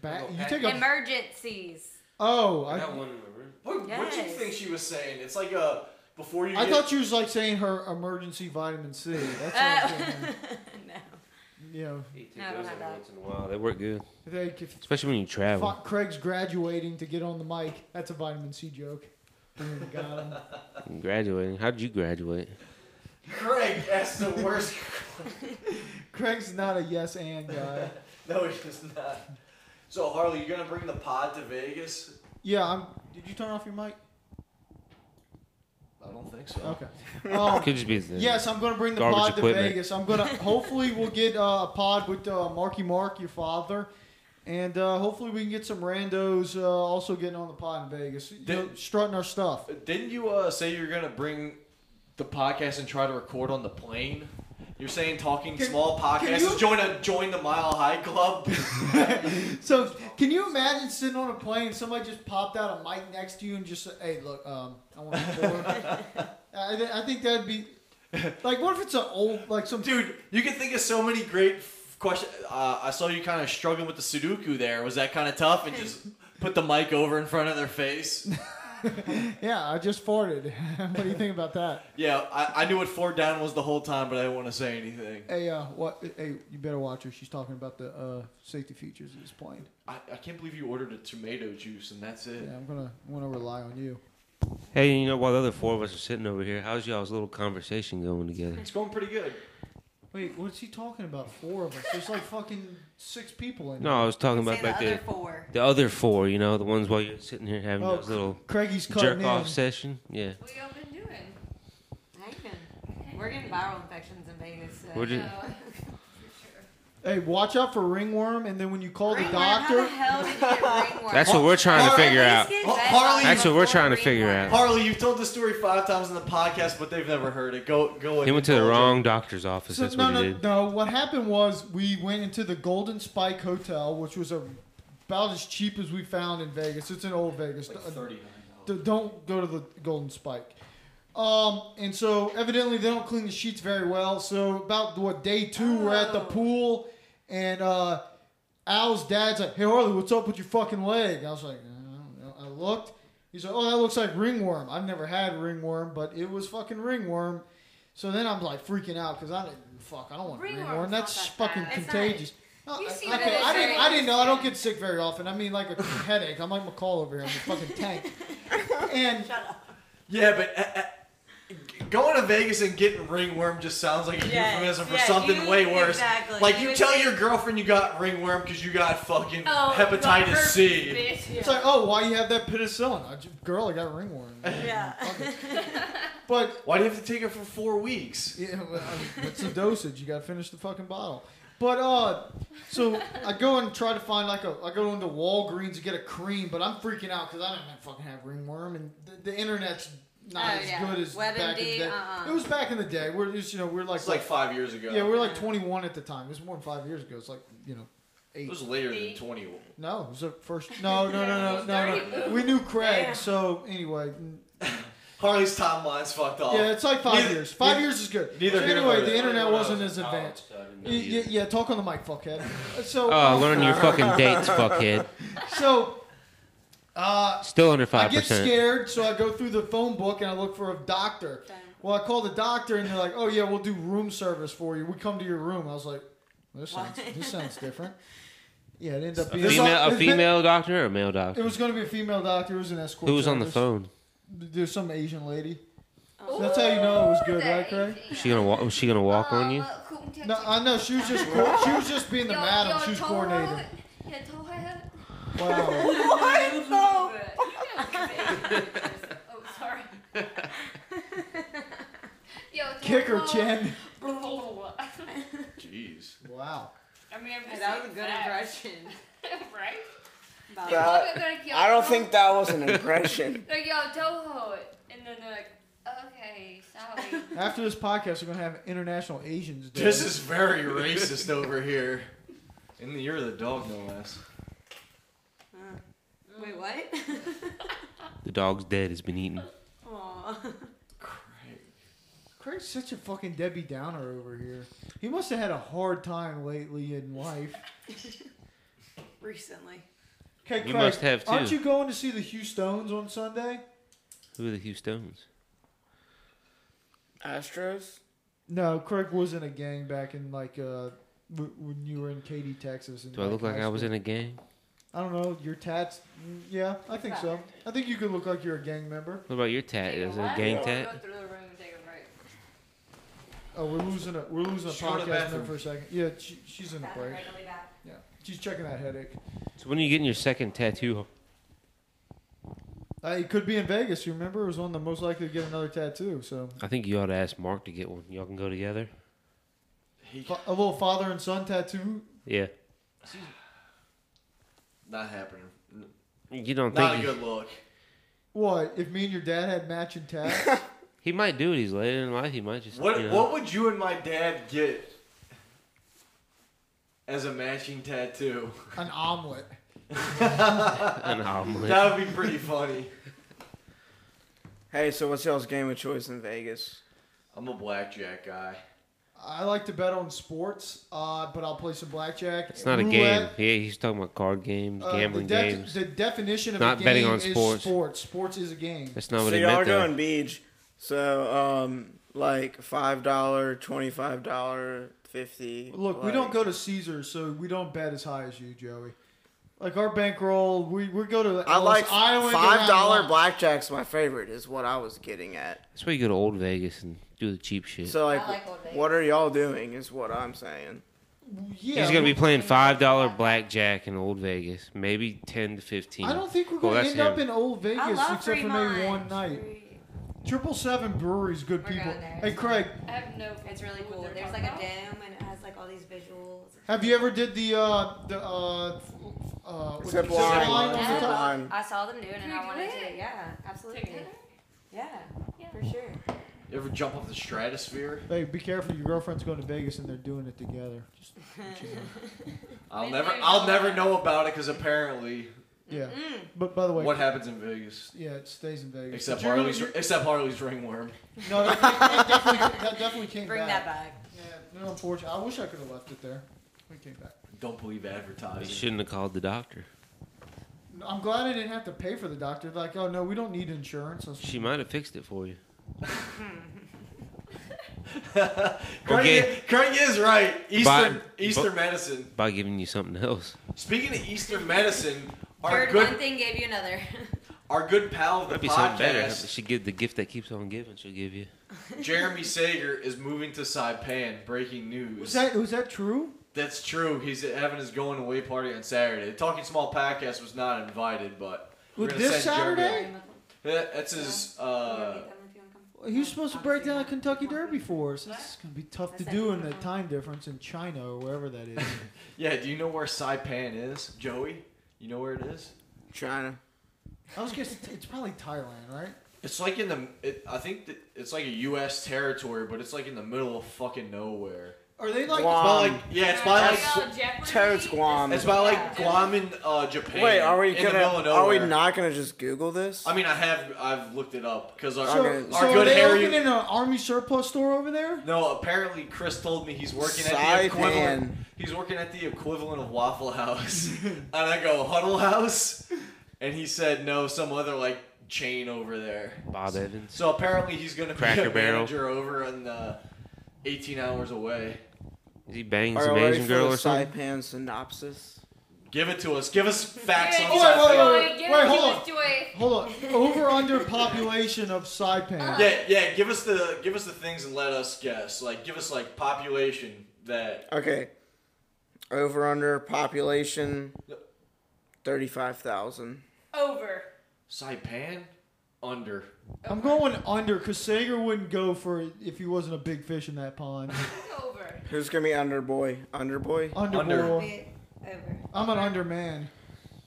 A: Ba-
E: Little
A: you take a.
F: Emergencies.
A: Oh,
C: I
A: I,
C: got one in my room.
E: What what did you
F: Yes.
E: think she was saying? It's like a before you.
A: I
E: get,
A: thought she was like saying her emergency vitamin C. That's what I was
F: Uh,
A: thinking.
F: no.
A: You know,
C: You take
F: No, I don't
C: those
F: have
C: every
F: that.
C: once in a while. They work good,
A: if they, if
C: especially when you travel.
A: Fa- Craig's graduating to get on the mic, that's a vitamin C joke. Boom, got him.
C: And Graduating. How did you graduate?
E: Craig asked the worst.
A: Craig's not a yes and guy.
E: no, she's not. So Harley, you're gonna bring the pod to Vegas?
A: Yeah, I'm. Did you turn off your mic?
E: I don't think so.
A: Okay. Um,
C: Could just be the
A: Yes, I'm going to bring the
C: Garbage
A: pod
C: equipment.
A: to Vegas. I'm going to hopefully we'll get uh, a pod with uh, Marky Mark, your father, and uh, hopefully we can get some randos uh, also getting on the pod in Vegas, you know,
E: Did-
A: strutting our stuff.
E: Didn't you uh, say you're gonna bring the podcast and try to record on the plane? You're saying talking
A: Can-
E: small
A: can
E: podcasts.
A: you-
E: Join a join the Mile High Club.
A: So can you imagine sitting on a plane, somebody just popped out a mic next to you and just said, "Hey, look, um, I want to record." I, th- I think that'd be like, what if it's an old like some
E: Dude, you can think of so many great f- questions. Uh, I saw you kind of struggling with the Sudoku there. Was that kind of tough? And just put the mic over in front of their face.
A: Yeah, I just farted. what do you think about that?
E: Yeah, I, I knew what four down was the whole time, but I didn't want to say anything.
A: Hey, uh, what? Hey, you better watch her. She's talking about the uh, safety features of this plane.
E: I, I can't believe you ordered a tomato juice and that's it.
A: Yeah, I'm gonna I'm gonna rely on you.
C: Hey, you know, while the other four of us are sitting over here, how's y'all's little conversation going together?
E: It's going pretty good.
A: Wait, what's he talking about? Four of us. There's like fucking six people in.
C: No, I was talking about
F: the
C: like
F: other
C: the
F: four.
C: the other four, you know, the ones while you're sitting here having
A: Oh,
C: those little
A: Craigie's cutting
C: jerk
A: in.
C: off session. Yeah,
B: What y'all been doing?
F: Hanging. We're getting viral infections in Vegas. So.
C: We're just-
B: No.
A: Hey, watch out for ringworm, and then when you call
F: Ringworm,
A: the
F: How the
A: doctor,
F: hell did you get ringworm?
C: that's what we're trying
A: Oh,
C: to
E: Harley-
C: figure out.
F: Biscuit
E: Har-
F: bed
E: Harley-
F: bugs
C: That's what we're
F: before
C: trying to figure
F: ringworm.
C: out.
E: Harley, you've told the story five times in the podcast, but they've never heard it. Go,
C: He
E: go. and
C: went to the
E: indulge it.
C: wrong doctor's office.
A: So,
C: That's
A: no,
C: what
A: no,
C: he did.
A: no. What happened was we went into the Golden Spike Hotel, which was a, about as cheap as we found in Vegas. It's an old Vegas.
E: Like
A: Uh,
E: thirty-nine.
A: D- don't go to the Golden Spike. Um, and so evidently they don't clean the sheets very well. So about what day two, we're at the
F: Oh.
A: pool, and uh, Al's dad's like, "Hey Harley, what's up with your fucking leg?" I was like, "I don't know." I looked. He's like, "Oh, that looks like ringworm. I've never had ringworm, but it was fucking ringworm." So then I'm like freaking out because I didn't fuck. I don't want
F: Ringworm's
A: ringworm.
F: not
A: That's
F: that
A: fucking
F: bad.
B: It's not.
A: contagious. No,
B: You
A: I-
B: see
A: okay,
B: that
A: I
B: it's
A: didn't.
B: very
A: I didn't know. I don't get sick very often. I mean, like a headache. I'm like McCall over here. I'm a fucking tank. And
E: Yeah, but uh, uh, g- going to Vegas and getting ringworm just sounds like a
F: Yes,
E: euphemism for
F: yeah,
E: something
F: you-
E: way worse.
F: exactly.
E: Like
F: You
E: you
F: would
E: tell
F: think-
E: your girlfriend you got ringworm because you got fucking
B: Oh,
E: hepatitis
B: herpes,
E: C.
B: bitch.
A: It's like, oh, why you have that penicillin? I just, girl, I got ringworm. Fuck
F: Yeah.
A: it. but
E: Why do you have to take it for four weeks?
A: yeah, well, I mean, it's the dosage. You got to finish the fucking bottle. But uh, so I go and try to find like a. I go into Walgreens to get a cream, but I'm freaking out because I don't fucking have ringworm, and the, the internet's not
F: Oh,
A: as
F: yeah.
A: good as
F: WebMD,
A: back in the day.
F: uh-uh.
A: It was back in the day. We're just you know we're like,
E: It's like five years ago.
A: yeah we're like 21 at the time. It was more than five years ago. It's like you know
E: it
A: eight.
E: was later than twenty.
A: No, it was the first. No, no, no, no,
B: Dirty
A: no, no. We knew Craig,
F: Yeah.
A: so anyway. n-
E: Harley's timeline's fucked off.
A: Yeah, it's like five
E: Oh. Neither-
A: years. Five
E: neither-
A: years is good.
E: neither
A: so
E: here nor
A: anyway, the
E: there.
A: internet wasn't as advanced. Y- y- yeah, talk on the mic, fuckhead. So,
C: Oh, learn your fucking dates, fuckhead.
A: so uh,
C: Still under
A: I
C: five
A: get
C: percent.
A: scared, so I go through the phone book and I look for a doctor. Well, I call the doctor and they're like, "Oh yeah, we'll do room service for you. We come to your room." I was like, "This sounds, this sounds different." Yeah, it ended up
C: A
A: being
C: female, a
A: it-
C: female doctor or a male doctor?
A: It was going to be a female doctor. It was an escort.
C: Who was on the
A: service.
C: phone?
A: There's some Asian lady. So that's how you know it was good, right, Craig?
C: Was she gonna walk? Was she gonna walk on
A: Uh,
C: you?
A: No, I know she was just co- she was just being the madam. She was coordinating. Wow.
B: What Oh, sorry.
A: Kick her chin.
E: Jeez.
A: Wow.
B: I mean, I'm
F: Hey,
B: just
F: that was
B: saying
F: a good
B: facts,
F: impression.
B: right?
F: About
D: Yeah. I don't think that was an impression.
B: They're like, yo, don't hold it. And then they're like, okay, sorry.
A: After this podcast, we're gonna have International Asians Day.
E: This is very racist over here. In the year of the dog, no less.
F: it. Wait, what?
C: The dog's dead. It's been eaten.
F: Aw.
E: Craig.
A: Craig's such a fucking Debbie Downer over here. He must have had a hard time lately in life.
F: Recently.
A: Okay, Craig,
C: You must have
A: aren't
C: too.
A: you going to see the Houstones on Sunday?
C: Who are the Houstones?
D: Astros?
A: No, Craig was in a gang back in like uh, w- when you were in Katy, Texas.
C: Do I look like I was in a gang?
A: I don't know. Your tats? mm, Yeah, I think so. I think you could look like you're a gang member.
C: What about your tat? Is it a gang tat?
B: Go through the room and take a break.
A: Oh, we're losing a we're losing a
E: She's going to the
A: podcast
E: bathroom.
A: member for a second. Yeah, she, she's in a break.
F: Regularly back.
A: Yeah, she's checking that headache.
C: So when are you getting your second tattoo?
A: Uh, he could be in Vegas. You remember, it was one of the most likely to get another tattoo. So
C: I think you ought to ask Mark to get one. Y'all can go together.
E: He,
A: Fa- a little father and son tattoo.
C: Yeah.
E: not happening.
C: You don't
E: Not a
C: think he,
E: good look.
A: What if me and your dad had matching tats?
C: he might do it? He's later in life. He might just.
E: What
C: you know.
E: What would you and my dad get as a matching tattoo?
A: An omelet.
C: An omelet.
E: That would be pretty funny.
D: Hey, so what's y'all's game of choice in Vegas?
E: I'm a blackjack guy.
A: I like to bet on sports, uh, but I'll play some blackjack.
C: It's not a game.
A: roulette.
C: Yeah, he's talking about card games,
A: Uh,
C: gambling
A: the def-
C: games.
A: The definition of
C: Not
A: a game
C: betting on
A: is
C: sports.
A: sports. Sports is a game.
C: That's not what
D: so
C: he
D: y'all are
C: meant. Though.
D: going beach. So um, like five dollar, twenty five dollar, fifty.
A: Look, we
D: like-
A: don't go to Caesars, so we don't bet as high as you, Joey. Like our bankroll, we we go to.
D: I like
A: Island
D: five dollar
A: around-
D: blackjack's my favorite. Is what I was getting at.
C: That's why you go to Old Vegas and do the cheap shit.
D: So like,
F: like Old Vegas.
D: what are y'all doing? Is what I'm saying.
A: Yeah,
C: he's gonna be playing five dollar blackjack in Old Vegas, maybe ten to fifteen.
A: I don't think we're
C: Well,
A: gonna
C: Oh, that's
A: end up
C: him.
A: in Old
F: I
A: Vegas
F: love
A: except for
F: Fremont.
A: maybe one night.
F: Fre-
A: Triple Seven Brewery's good
F: We're
A: people.
F: going there.
A: Hey, Craig,
G: I have no.
F: It's really
G: clue what
F: cool.
G: they're
F: There's like
G: talking
F: a
G: about.
F: dome and it has like all these visuals.
A: have you ever did the uh the uh f- uh what's
D: Zip
A: it,
D: line.
A: zip line on the
F: Yeah.
D: Zip
A: top?
D: line.
F: I saw them do it
G: Can
F: and
G: we
F: I
G: do
F: wanted
G: it?
F: to. Yeah, absolutely.
G: Together?
F: Yeah,
G: Yeah.
F: for sure.
E: You ever jump off the stratosphere?
A: Hey, be careful! Your girlfriend's going to Vegas and they're doing it together. Just,
E: I'll
G: Maybe
E: never
G: I know
E: I'll never
G: about
E: know about it because apparently
A: yeah.
F: Mm.
A: But by the way,
E: what happens in Vegas.
A: yeah, it stays in Vegas.
E: Except
A: But you're gonna-
E: Harley's, except Harley's ringworm.
A: No, that, that definitely, that definitely came
F: Bring that
A: back.
F: back.
A: Yeah, no, unfortunately, I wish I could have left it there. It came back.
E: Don't believe
C: He
E: advertising.
C: shouldn't have called the doctor.
A: No, I'm glad I didn't have to pay for the doctor. Like, oh no, we don't need insurance. I was-
C: She might have fixed it for you.
E: Craig,
C: Okay.
E: Craig is right. Eastern
C: But-
E: Eastern
C: but-
E: medicine.
C: By giving you something else.
E: Speaking of Eastern medicine, our
F: Heard one
E: good
F: thing gave you another.
E: our good pal of the
C: That'd be
E: podcast,
C: something better. She give the gift that keeps on giving. She'll give you.
E: Jeremy Sager, is moving to Saipan. Breaking news.
A: was that was that true?
E: That's true. He's having his going away party on Saturday. The Talking Small podcast was not invited, but we're
A: With
E: gonna
A: this
E: send Jeremy-
A: Saturday?
E: Yeah, that's his. Uh,
A: He was supposed to break down a Kentucky Derby for us. This is gonna be tough to do in the time difference in China or wherever that is.
E: yeah. Do you know where Saipan is, Joey? You know where it is?
D: China.
A: I was guessing it's probably Thailand, right?
E: It's like in the. It, I think that it's like a U.S. territory, but it's like in the middle of fucking nowhere.
A: Are they like?
D: Wow.
E: But
D: Um,
E: like, yeah, it's
G: Talking
E: by like.
D: that's-
G: about Jeopardy.
D: Toad's Guam.
E: It's by like Guam and uh, Japan.
D: Wait, are we
E: in
D: gonna?
E: The middle of
D: Are we
E: nowhere.
D: not gonna just Google this?
E: I mean, I have. I've looked it up because our,
A: So,
D: Okay.
E: our
A: so are
E: good
A: they
E: Harry.
A: opening an army surplus store over there?
E: No, apparently Chris told me he's working at the
D: Saipan.
E: equivalent. He's working at the equivalent of Waffle House, and I go Huddle House, and he said no, some other like chain over there.
C: Bob Evans.
E: So apparently he's gonna be
C: Cracker
E: a
C: Barrel.
E: manager over on the 18 hours away.
C: Is he banging
D: are
C: some
D: we ready
C: Asian
D: for
C: girl
D: the
C: or something?
D: Saipan synopsis?
E: Give it to us. Give us facts
G: Give
E: on
G: it
A: wait, wait,
E: Saipan.
G: Joy,
A: wait, wait,
G: give
A: wait,
G: it to
A: hold
G: us,
A: on.
G: Joy.
A: Hold on. Over under population of Saipan.
E: Yeah, yeah. Give us the give us the things and let us guess. Like give us like population that
D: Okay. Over under population.
E: Yep.
D: Thirty-five thousand.
G: Over.
E: Saipan under.
A: I'm going under because Sager wouldn't go for it if he wasn't a big fish in that pond.
G: Over.
D: Who's gonna be under boy? Under boy.
A: Under,
E: Under.
A: boy.
F: Wait, over.
A: I'm an under man.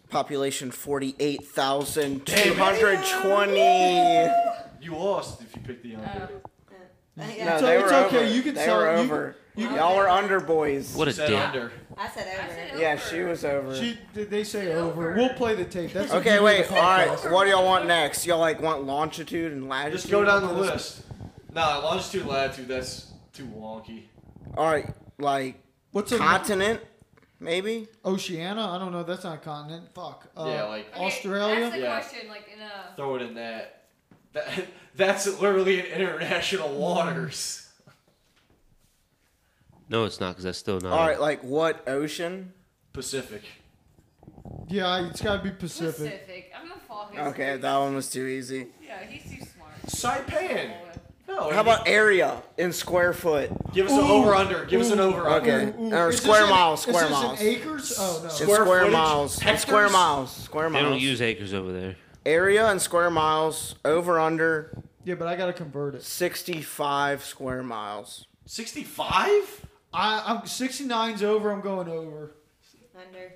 D: Population forty-eight thousand two hundred twenty.
E: You lost if you picked the under.
F: Uh, uh, yeah.
D: No,
A: It's-
D: they
A: it's
D: were
A: okay,
D: over.
A: you can
D: they
A: sell-
D: were
A: you
D: over.
A: can- you
F: can-
D: Y'all were under boys.
C: What a
E: Said
C: dick.
E: under.
F: I said over.
G: I said
D: Yeah, she was over.
A: She, did they say
G: Over.
A: over? We'll play the tape. That's the
D: okay,
A: beauty
D: wait. uh,
A: of
D: All
A: the
D: right.
A: podcast.
D: What do y'all want next? Y'all like want longitude and latitude?
E: Just go down the list. Nah, longitude, latitude, that's too wonky.
D: All right, like
A: What's a
D: continent, maybe.
A: Oceania? I don't know. That's not a continent. Fuck. Uh,
E: Yeah, like-
G: Okay,
A: Australia.
G: Ask the
E: Yeah.
G: question like in a.
E: Throw it in that. that that's literally in international waters.
C: No, it's not because that's still not.
D: All right, like what ocean?
E: Pacific.
A: yeah, it's gotta be Pacific.
G: Pacific. I'm gonna fall. his-
D: Okay, that one was too easy.
G: Yeah, he's too smart.
E: Saipan. No.
D: How about area in square foot?
E: give us an
A: Ooh.
E: over under? Give us an over under.
D: Okay.
A: Ooh,
D: Or
A: is this
D: square
A: in-
D: miles, square
A: is this
D: miles.
A: In acres? Oh no.
D: It's
E: Square
D: square
E: footage,
D: miles. It's
E: hectares?
D: Square miles. Square
C: They
D: miles.
C: don't use acres over there.
D: Area and square miles, over under
A: Yeah, but I gotta convert it.
D: 65 square miles.
E: 65?
A: I, I'm 69's over. I'm going over.
F: Under.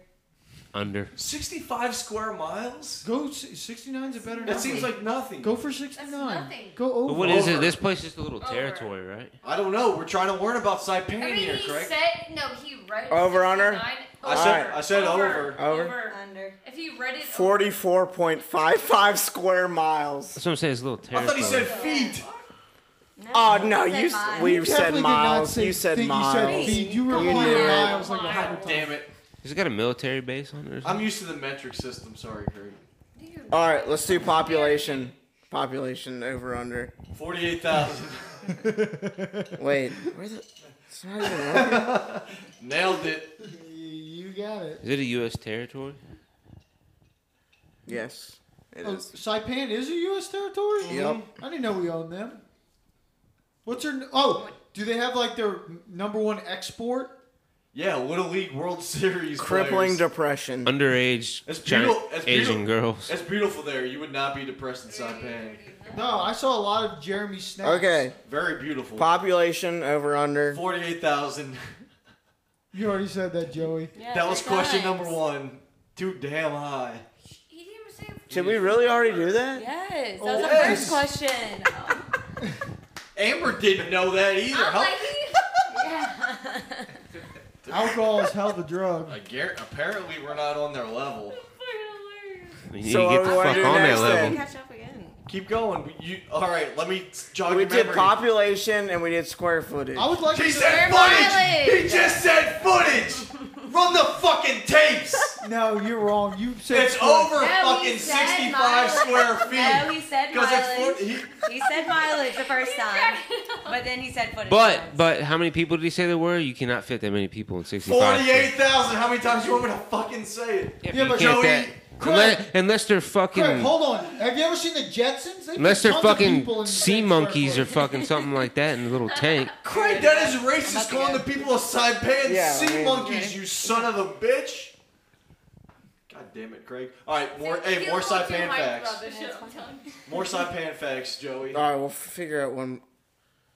C: Under.
E: 65 square miles?
A: Go s- 69's a better number.
E: That seems like nothing.
A: Go for 69.
G: nothing.
A: Go over.
C: But what is
E: Over.
C: it? This place is a little
G: Over.
C: territory, right?
E: I don't know. We're trying to learn about Saipan
G: I mean,
E: here,
G: he
E: Craig.
G: said no. He read it
D: Over, under?
G: 69.
E: I said- I said over.
D: Over.
F: Under.
G: If he read it,
D: 44.55 square miles.
C: That's what I'm saying. It's a little
E: I
C: territory.
E: thought he said feet.
F: No,
D: Oh, no,
F: he said
D: you s-
F: mine.
D: we-
A: You
D: You've said
A: definitely did not
D: miles.
A: say
D: You said
A: feet.
D: miles.
A: You said feet. You were
D: You
A: playing
D: knew it.
A: miles like a
E: God
A: hundred times.
E: damn it.
C: Has it got a military base on it or something?
E: I'm used to the metric system. Sorry, Craig.
D: All right, let's do population. Population over under.
E: 48,000.
D: Wait, where the, it's not even working.
E: Nailed it.
A: You got it.
C: Is it a U.S. territory?
D: Yes, it
A: Oh,
D: is.
A: Saipan is a U.S. territory.
D: Yep.
A: I didn't know we owned them. What's their? n- Oh, do they have like their number one export?
E: Yeah, Little League World Series.
D: Crippling
E: players.
D: depression.
C: Underage
E: That's
C: giant
E: beautiful- that's
C: Asian
E: beautiful.
C: girls.
E: That's beautiful there. You would not be depressed in Saipan.
A: No, I saw a lot of Jeremy Snacks.
D: Okay,
E: Very beautiful.
D: population over under.
E: 48,000.
A: You already said that, Joey.
F: Yeah,
E: that was
F: three
E: question
F: times.
E: number one. Too damn high.
G: He didn't even say it.
D: Did we really already do that?
F: Yes, that
A: Oh,
F: was
A: yes.
F: the first question. Oh,
E: Amber didn't know that either.
G: I'm
E: How-
G: like, he-
F: yeah.
A: Alcohol is hell of a drug.
E: I guar- apparently, we're not on their level.
C: You need
D: So
C: to
D: what
C: get
D: do
C: the
D: I
C: fuck
D: do
C: on that
D: next
C: level.
D: then?
F: Catch up again.
E: Keep going. We- You, all right, let me jog
D: We
E: your
D: did
E: memory.
D: population and we did square footage.
A: I would like to
E: He said
F: Square
E: footage. He
F: mileage.
E: just said footage. Run the fucking tapes.
A: No, you're wrong. You said
E: It's over
F: No,
E: fucking
F: he said
E: 65
F: mileage.
E: square
F: No,
E: feet.
F: Oh, he said
E: Because
F: mileage.
E: it's foot- he,
F: He said mileage the first time, but then he said footage.
C: But
F: times.
C: but how many people did he say there were? You cannot fit that many people in 65.
E: 48,000. How many times you want me to fucking say it?
C: Yeah,
A: Yeah,
C: you
A: but
C: can't
E: Joey-
C: that-
A: Craig-
C: unless, unless they're fucking
A: Craig, hold on. Have you ever seen the Jetsons? They
C: unless
A: put
C: they're
A: tons of people in
C: fucking
A: the
C: sea
A: same
C: monkeys or
A: square foot.
C: fucking something like that in a little tank.
E: Craig, that is racist calling the people of Saipan
D: Yeah, I
E: sea
D: mean-
E: monkeys, you son of a bitch. God damn it, Craig. All right, more, hey, more Saipan facts. More Saipan facts, Joey.
D: All right, we'll figure out one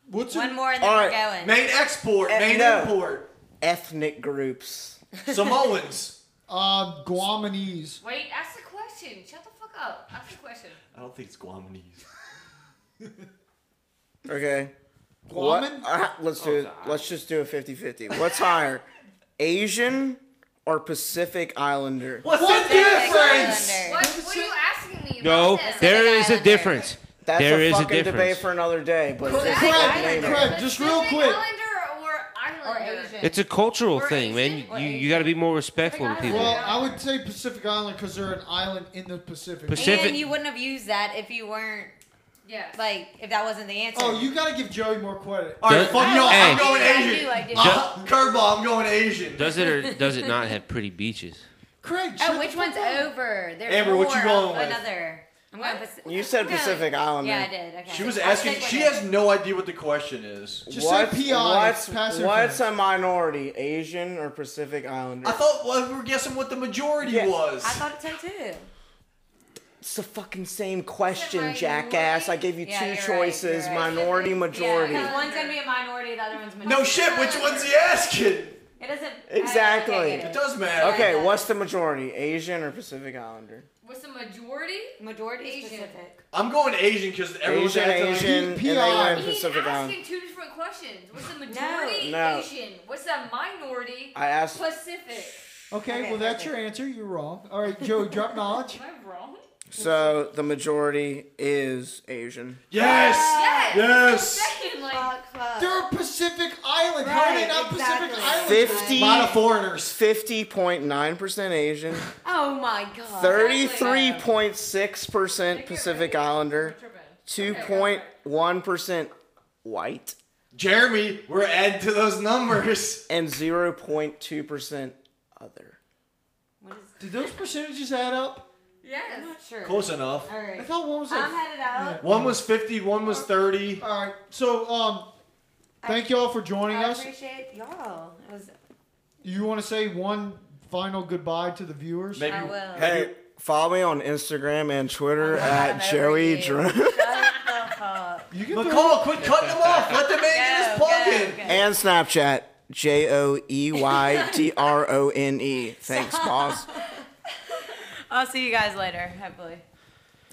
A: What's
F: one
A: it?
F: more and then
D: All
F: we're going.
E: Main export,
D: Eh,
E: main
D: no.
E: import.
D: ethnic groups.
E: Samoans.
A: Uh, Guamanese.
G: Wait, ask the question. Shut the fuck up. Ask the question.
E: I don't think it's Guamanese.
D: Okay. What?
A: Guaman?
D: uh, let's do it. Let's just do a 50-50. What's higher, Asian or Pacific Islander?
E: What's
A: What
E: the difference?
F: Islander.
G: What, what are you asking me?
C: No,
G: about this?
C: there is a
F: Islander.
C: difference.
D: That's
C: There
D: a
C: is a
D: fucking
C: difference.
D: debate for another day. But
A: Craig,
D: it's
A: Craig,
D: just
F: Islander.
A: Craig, just real
G: Pacific
A: quick.
G: Islander or
F: Or
G: Islander?
F: Asian.
C: It's a cultural
G: Or
C: thing, man.
G: Asian,
F: or
C: You, you
F: Asian.
C: got to be more respectful to people.
A: Well, I would say Pacific Island because they're an island in the Pacific.
C: Pacific-
F: And you wouldn't have used that if you weren't
G: Yeah.
F: like if that wasn't the answer.
A: oh, you gotta give Joey more credit.
E: All right,
C: Does-
E: fuck y'all.
C: Hey.
E: I'm going
F: I do,
E: Asian.
F: I do.
E: Uh, curveball, I'm going Asian.
C: Does it or does it not have pretty beaches?
A: Craig,
F: Oh,
A: shut
F: which
A: the fuck
F: one's
A: up.
F: over? There's
E: Amber, what you
F: more.
E: going with?
F: Another. I'm going Pacific.
D: You said Pacific Islander.
F: Yeah, I did. Okay.
E: She was
F: I'll
E: asking.
F: stick with
E: She
F: it.
E: has no idea what the question is.
A: Just say PI,
D: What's,
A: passive
D: what's
A: voice.
D: a minority, Asian or Pacific Islander?
E: I thought well, we were guessing what the majority
D: Yeah.
E: was.
F: I thought it so too.
D: it's the fucking same question,
G: minority?
D: jackass. I gave you
F: Yeah,
D: two
F: you're right,
D: choices:
F: you're right.
D: minority, majority.
F: Yeah, 'cause one's gonna be a minority, the other one's a majority.
E: no shit. Which one's he asking?
F: It doesn't.
D: Exactly.
F: I, I get
E: It
F: it.
E: does matter.
D: Okay, what's the majority, Asian or Pacific Islander?
G: What's the majority?
F: Majority is
G: Asian.
F: Pacific.
E: I'm going Asian because everyone's
D: Asian,
E: acting like-
D: Asian, and they
A: PI.
D: went
G: He's
D: Pacific Islander.
G: asking two different questions. What's the majority
D: No.
G: Asian? What's the minority
D: I asked.
G: Pacific?
A: Okay,
F: Okay,
A: well that's your answer. You're wrong. All right, Joey, drop knowledge.
G: Am I wrong?
D: So the majority is Asian.
E: Yes.
G: Yes.
E: Yes.
G: Second, like,
F: Fuck, fuck.
A: They're a Pacific Island. How are they
F: Right,
A: not Pacific
F: exactly.
A: Island?
D: Fifty.
E: A lot of foreigners.
D: 50.9% Asian,
F: Oh my god.
D: 33.6% Pacific Islander,
G: tripping.
D: 2.1% white,
E: Jeremy, we're adding to those numbers.
D: and 0.2% other.
F: What is-
A: Did those percentages add up?
G: Yes.
F: I'm not sure.
E: Close enough.
F: All
A: I
F: right.
A: thought one was like.
F: I'm headed out.
E: One was 50. One was 30.
A: All right, so um, thank y'all for joining
F: I
A: us.
F: appreciate y'all. It was.
A: You want to say one final goodbye to the viewers?
E: Maybe.
F: I will.
E: Maybe,
D: Follow me on Instagram and Twitter at
F: I'm over
D: Joey
F: you.
D: Drum.
F: Shut the fuck.
A: You can throw
E: McCall, quit cutting him off. Let the man get his
F: Go,
E: plug in.
F: go, go.
D: and Snapchat J O E Y T R O N E. Thanks, boss.
F: I'll see you guys later, hopefully.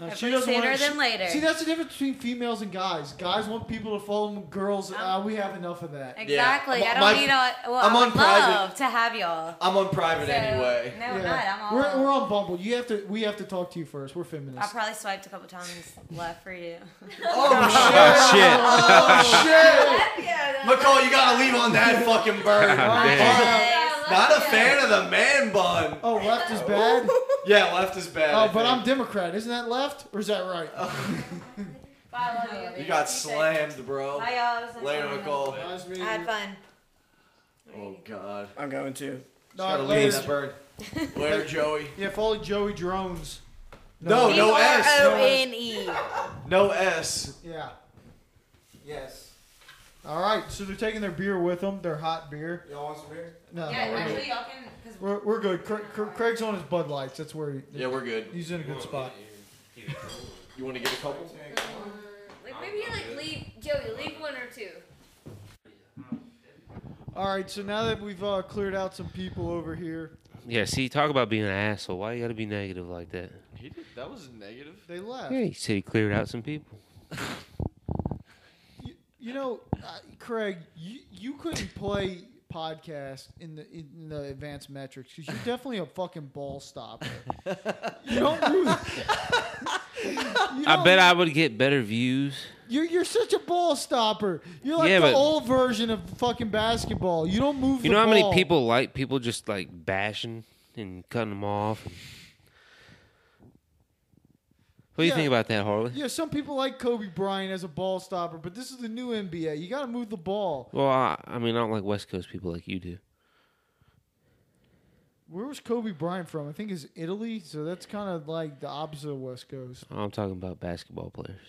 A: Uh,
F: Hopefully sooner
A: wanna-
F: than later.
A: See, that's the difference between females and guys. Guys want people to follow them. Girls, uh, we have enough of that.
F: Exactly.
E: I'm-
F: I don't
E: my-
F: need a. Well,
E: I'm
F: I
E: on
F: would
E: private.
F: love to have y'all.
E: I'm on private
F: So,
E: anyway.
F: No, I'm
A: Yeah.
F: not. I'm all.
A: we're, we're on Bumble. You have to. We have to talk to you first. We're
F: I
A: feminists.
F: probably swiped a couple times left for you.
E: Oh,
C: shit.
A: Oh,
E: McCall, you gotta leave on that fucking bird.
C: Damn.
F: Yes.
E: Not a fan of the man bun.
A: Oh, left is bad.
E: Yeah, left is bad. I
A: Oh, but
E: think.
A: I'm Democrat. Isn't that left or is that right?
G: Bye, love
E: You got slammed, bro.
F: Bye, y'all. It was nice
E: Later,
F: meeting you.
E: McCall.
A: Nice meeting
F: I had
A: you.
F: fun.
E: Oh God.
D: I'm going to.
A: No,
E: Gotta leave
A: later.
E: that bird. Later, Joey.
A: Yeah, follow Joey Drones.
E: No, no. S, no S.
F: O N E.
E: No S.
A: Yeah.
D: Yes.
A: All right. So they're taking their beer with them. Their hot beer.
D: Y'all want some beer?
A: No,
G: Yeah,
A: no, we're,
G: actually, y'all can. Cause
A: we're, we're good. Cra- Cra- Craig's on his Bud Lights. That's where he,
E: Yeah, we're good.
A: he's in a good spot.
E: You want to get a couple?
G: like maybe you like leave Joey, leave one or two.
A: All right. So now that we've uh, cleared out some people over here,
C: Yeah, see, talk about being an asshole. Why you gotta be negative like that?
E: He did. That was negative.
A: they left.
C: Yeah, he said he cleared out some people.
A: You, you know, uh, Craig, you, you couldn't play podcast in the in the advanced metrics because you're definitely a fucking ball stopper. you don't move. You
C: I
A: don't-
C: bet I would get better views.
A: You're, you're such a ball stopper. You're like
C: Yeah,
A: the
C: but-
A: old version of fucking basketball. You don't move.
C: You
A: the
C: know how many
A: ball.
C: people like people just like bashing and cutting them off? And... What do you
A: Yeah.
C: think about that, Harley?
A: Yeah, some people like Kobe Bryant as a ball stopper, but this is the new NBA. You got to move the ball.
C: Well, I, I mean, I don't like West Coast people like you do.
A: Where was Kobe Bryant from? I think it's Italy, so that's kind of like the opposite of West Coast.
C: I'm talking about basketball players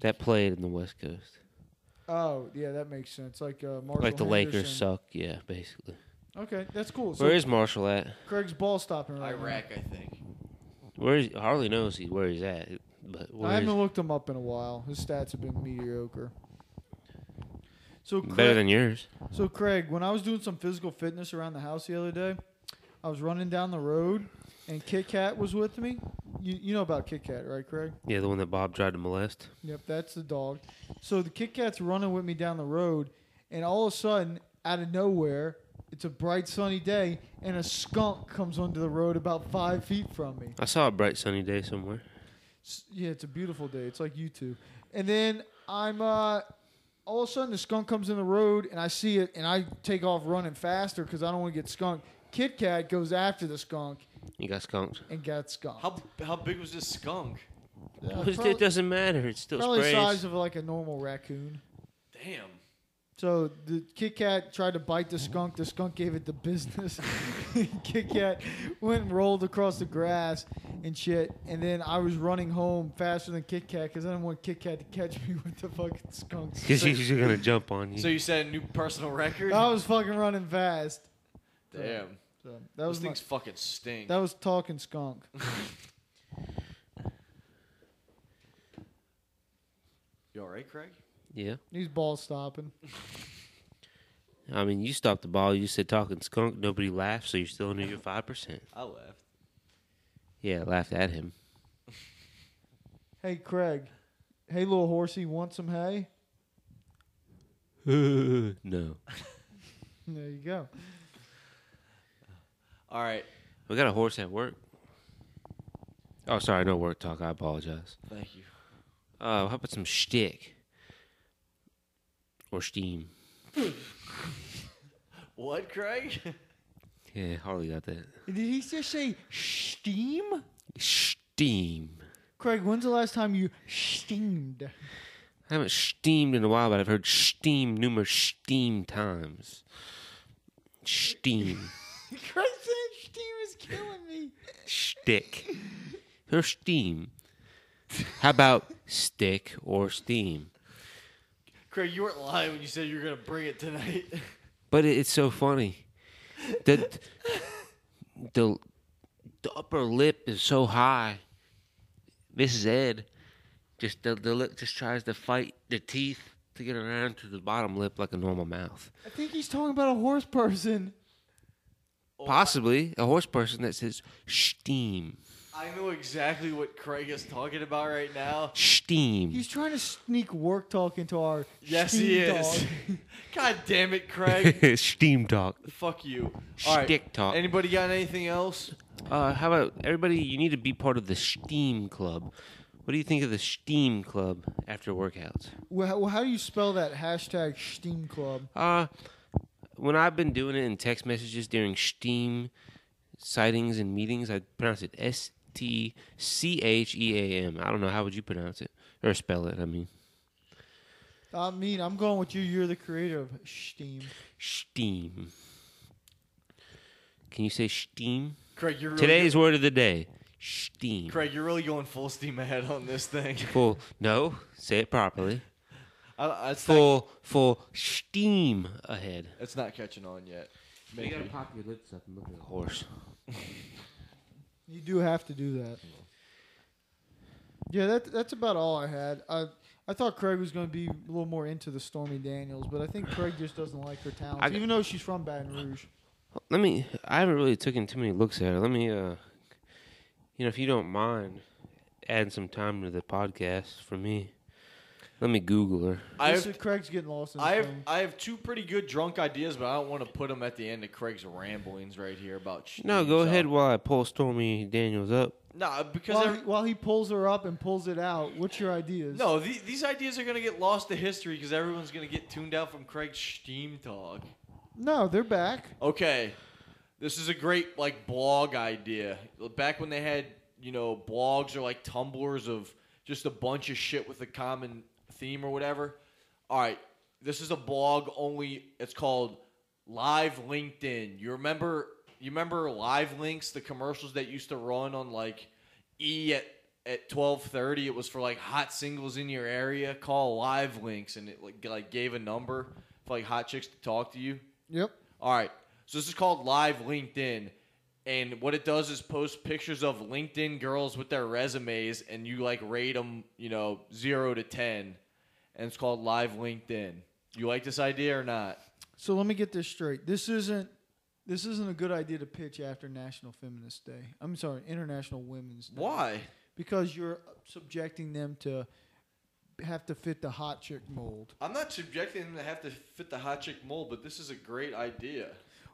C: that played in the West Coast,
A: Oh, yeah, that makes sense. Like uh, Marshall
C: like the Lakers
A: Henderson.
C: suck. Yeah, basically.
A: Okay, that's cool. So
C: Where is Marshall at?
A: Craig's ball stopping right now.
E: Iraq, I think.
C: Where is Harley knows he where he's at, but
A: I
C: where is,
A: haven't looked him up in a while. His stats have been mediocre. So
C: better
A: Craig,
C: than yours.
A: So Craig, when I was doing some physical fitness around the house the other day, I was running down the road and Kit Kat was with me. You you know about Kit Kat, right, Craig?
C: Yeah, the one that Bob tried to molest.
A: Yep, that's the dog. So the Kit Kat's running with me down the road, and all of a sudden, out of nowhere, it's a bright sunny day, and a skunk comes onto the road about five feet from me.
C: I saw a bright sunny day somewhere.
A: S- Yeah, it's a beautiful day. It's like you two. And then I'm uh, all of a sudden the skunk comes in the road and I see it and I take off running faster because I don't want to get skunked. Kit Kat goes after the skunk
C: You got skunked.
A: and got skunked.
E: How how big was this skunk?
A: Uh,
C: But
A: prob-
C: it doesn't matter. It's still
A: probably
C: sprays.
A: size of like a normal raccoon.
E: Damn.
A: So the Kit Kat tried to bite the skunk. The skunk gave it the business. Kit Kat went and rolled across the grass and shit. And then I was running home faster than Kit Kat because I didn't want Kit Kat to catch me with the fucking skunk.
C: Because he's gonna jump on you.
E: So you set a new personal record?
A: I was fucking running fast.
E: Damn.
A: So that
E: Those
A: was my-
E: things fucking stink.
A: that was talking skunk.
E: You all right, Craig?
C: yeah.
A: He's ball stopping.
C: I mean, you stopped the ball. You said talking skunk. Nobody laughed, so you're still under your five percent.
E: I left.
C: Yeah, I laughed at him.
A: Hey Craig, hey little horsey, want some hay?
C: no,
A: There you go.
E: All right.
C: we got a horse at work. Oh, sorry, no work talk. I apologize.
E: Thank you.
C: Uh, how about some shtick or steam?
E: What, Craig?
C: Yeah, Harley got that.
A: Did he just say steam?
C: Steam.
A: Craig, when's the last time you steamed?
C: I haven't steamed in a while, but I've heard steam numerous steam times. Steam.
A: Craig saying steam is killing me.
C: Stick. Or steam. How about stick or steam?
E: Craig, you weren't lying when you said you were gonna bring it tonight.
C: But it, it's so funny. The the the upper lip is so high. Mrs. Ed just the, the lip just tries to fight the teeth to get around to the bottom lip like a normal mouth.
H: I think he's talking about a horse person.
C: Possibly a horse person that says steam,
E: I know exactly what Craig is talking about right now.
C: steam.
H: He's trying to sneak work talk into our
E: Yes,
H: steam
E: he is.
H: dog.
E: God damn it, Craig.
C: steam talk.
E: Fuck you. All right.
C: Shtick talk.
E: Anybody got anything else?
C: Uh, how about everybody? You need to be part of the steam club. What do you think of the steam club after workouts?
A: Well, how- well, how do you spell that hashtag Steam Club?
C: Uh, when I've been doing it in text messages during Steam sightings and meetings, I pronounce it S T C H E A M. I don't know how would you pronounce it or spell it. I mean,
A: I mean, I'm going with you. You're the creator of Steam.
C: Steam. Can you say Steam?
E: Craig, you're really
C: Today's word of the day: Steam.
E: Craig, you're really going full steam ahead on this thing.
C: Full. No, say it properly.
E: I, I, it's, not,
C: Full. Full steam ahead.
E: it's not catching on yet.
C: You
E: Maybe.
C: gotta pop your lips up and look at a horse.
A: You do have to do that. Yeah, that that's about all I had. I I thought Craig was going to be a little more into the Stormy Daniels, but I think Craig just doesn't like her talents,
C: I-
A: even though she's from Baton Rouge.
C: Let me. I haven't really taken too many looks at it. Let me. uh You know, if you don't mind, adding some time to the podcast for me. Let me Google her.
E: I
A: This
E: have,
A: is- Craig's getting lost in
E: I
A: this
E: have,
A: thing.
E: I have two pretty good drunk ideas, but I don't want to put them at the end of Craig's ramblings right here about. Steam,
C: No, go
E: so-
C: ahead while I pull Stormy Daniels up.
E: Nah, because
A: While
E: every-
A: he, while he pulls her up and pulls it out, what's your ideas?
E: no, the, these ideas are gonna get lost to history because everyone's gonna get tuned out from Craig's steam talk.
A: no, they're back.
E: Okay, this is a great like blog idea. Back when they had you know blogs or like tumblers of just a bunch of shit with a common theme or whatever. All right, this is a blog only. It's called Live LinkedIn. You remember? You remember Live Links, the commercials that used to run on like E at at twelve thirty. It was for like hot singles in your area. Call Live Links, and it like g- like gave a number for like hot chicks to talk to you.
A: Yep.
E: All right. So this is called Live LinkedIn. And what it does is post pictures of LinkedIn girls with their resumes and you like rate them, you know, 0 to 10. And it's called Live LinkedIn. You like this idea or not?
A: So let me get this straight. This isn't this isn't a good idea to pitch after National Feminist Day. I'm sorry, International Women's Day.
E: Why?
A: Because you're subjecting them to have to fit the hot chick mold.
E: I'm not subjecting them to have to fit the hot chick mold, but this is a great idea.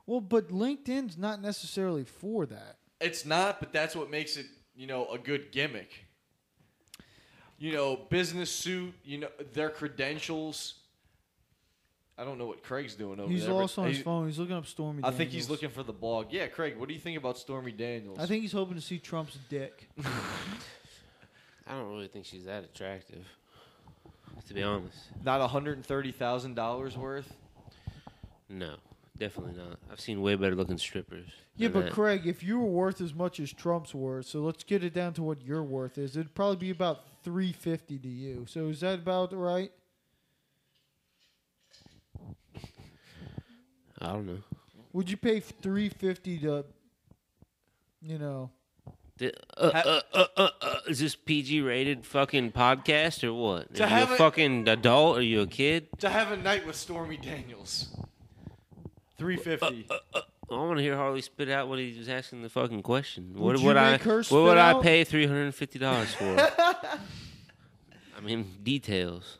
A: Well, but LinkedIn's not necessarily for that.
E: It's not, but that's what makes it, you know, a good gimmick. You know, business suit, you know, their credentials. I don't know what Craig's doing over
A: He's
E: there. Oh, but
A: lost on his
E: he-
A: phone. He's looking up Stormy.
E: I think he's
A: Daniels.
E: looking for the blog. Yeah, Craig, what do you think about Stormy Daniels?
A: I think he's hoping to see Trump's dick.
C: I don't really think she's that attractive, to be honest.
E: not $130,000 worth.
C: No, definitely not. I've seen way better looking strippers.
A: Yeah,
C: than
A: but
C: that.
A: Craig, if you were worth as much as Trump's worth, so let's get it down to what your worth is. It'd probably be about three fifty to you. So is that about right?
C: I don't know.
A: Would you pay three fifty to, you know?
C: The- uh,
E: Ha-
C: uh, uh, uh, uh, is this PG rated fucking podcast or what?
E: To
C: are
E: have
C: you a
E: it-
C: fucking adult? Are you a kid?
E: To have a night with Stormy Daniels. Uh, 350.
C: Uh, I want to hear Harley spit out what he was asking the fucking question. What
A: Would
C: would,
A: you
C: I?
A: make her
C: what
A: spit
C: would
A: out?
C: I pay three hundred and fifty dollars for? I mean details.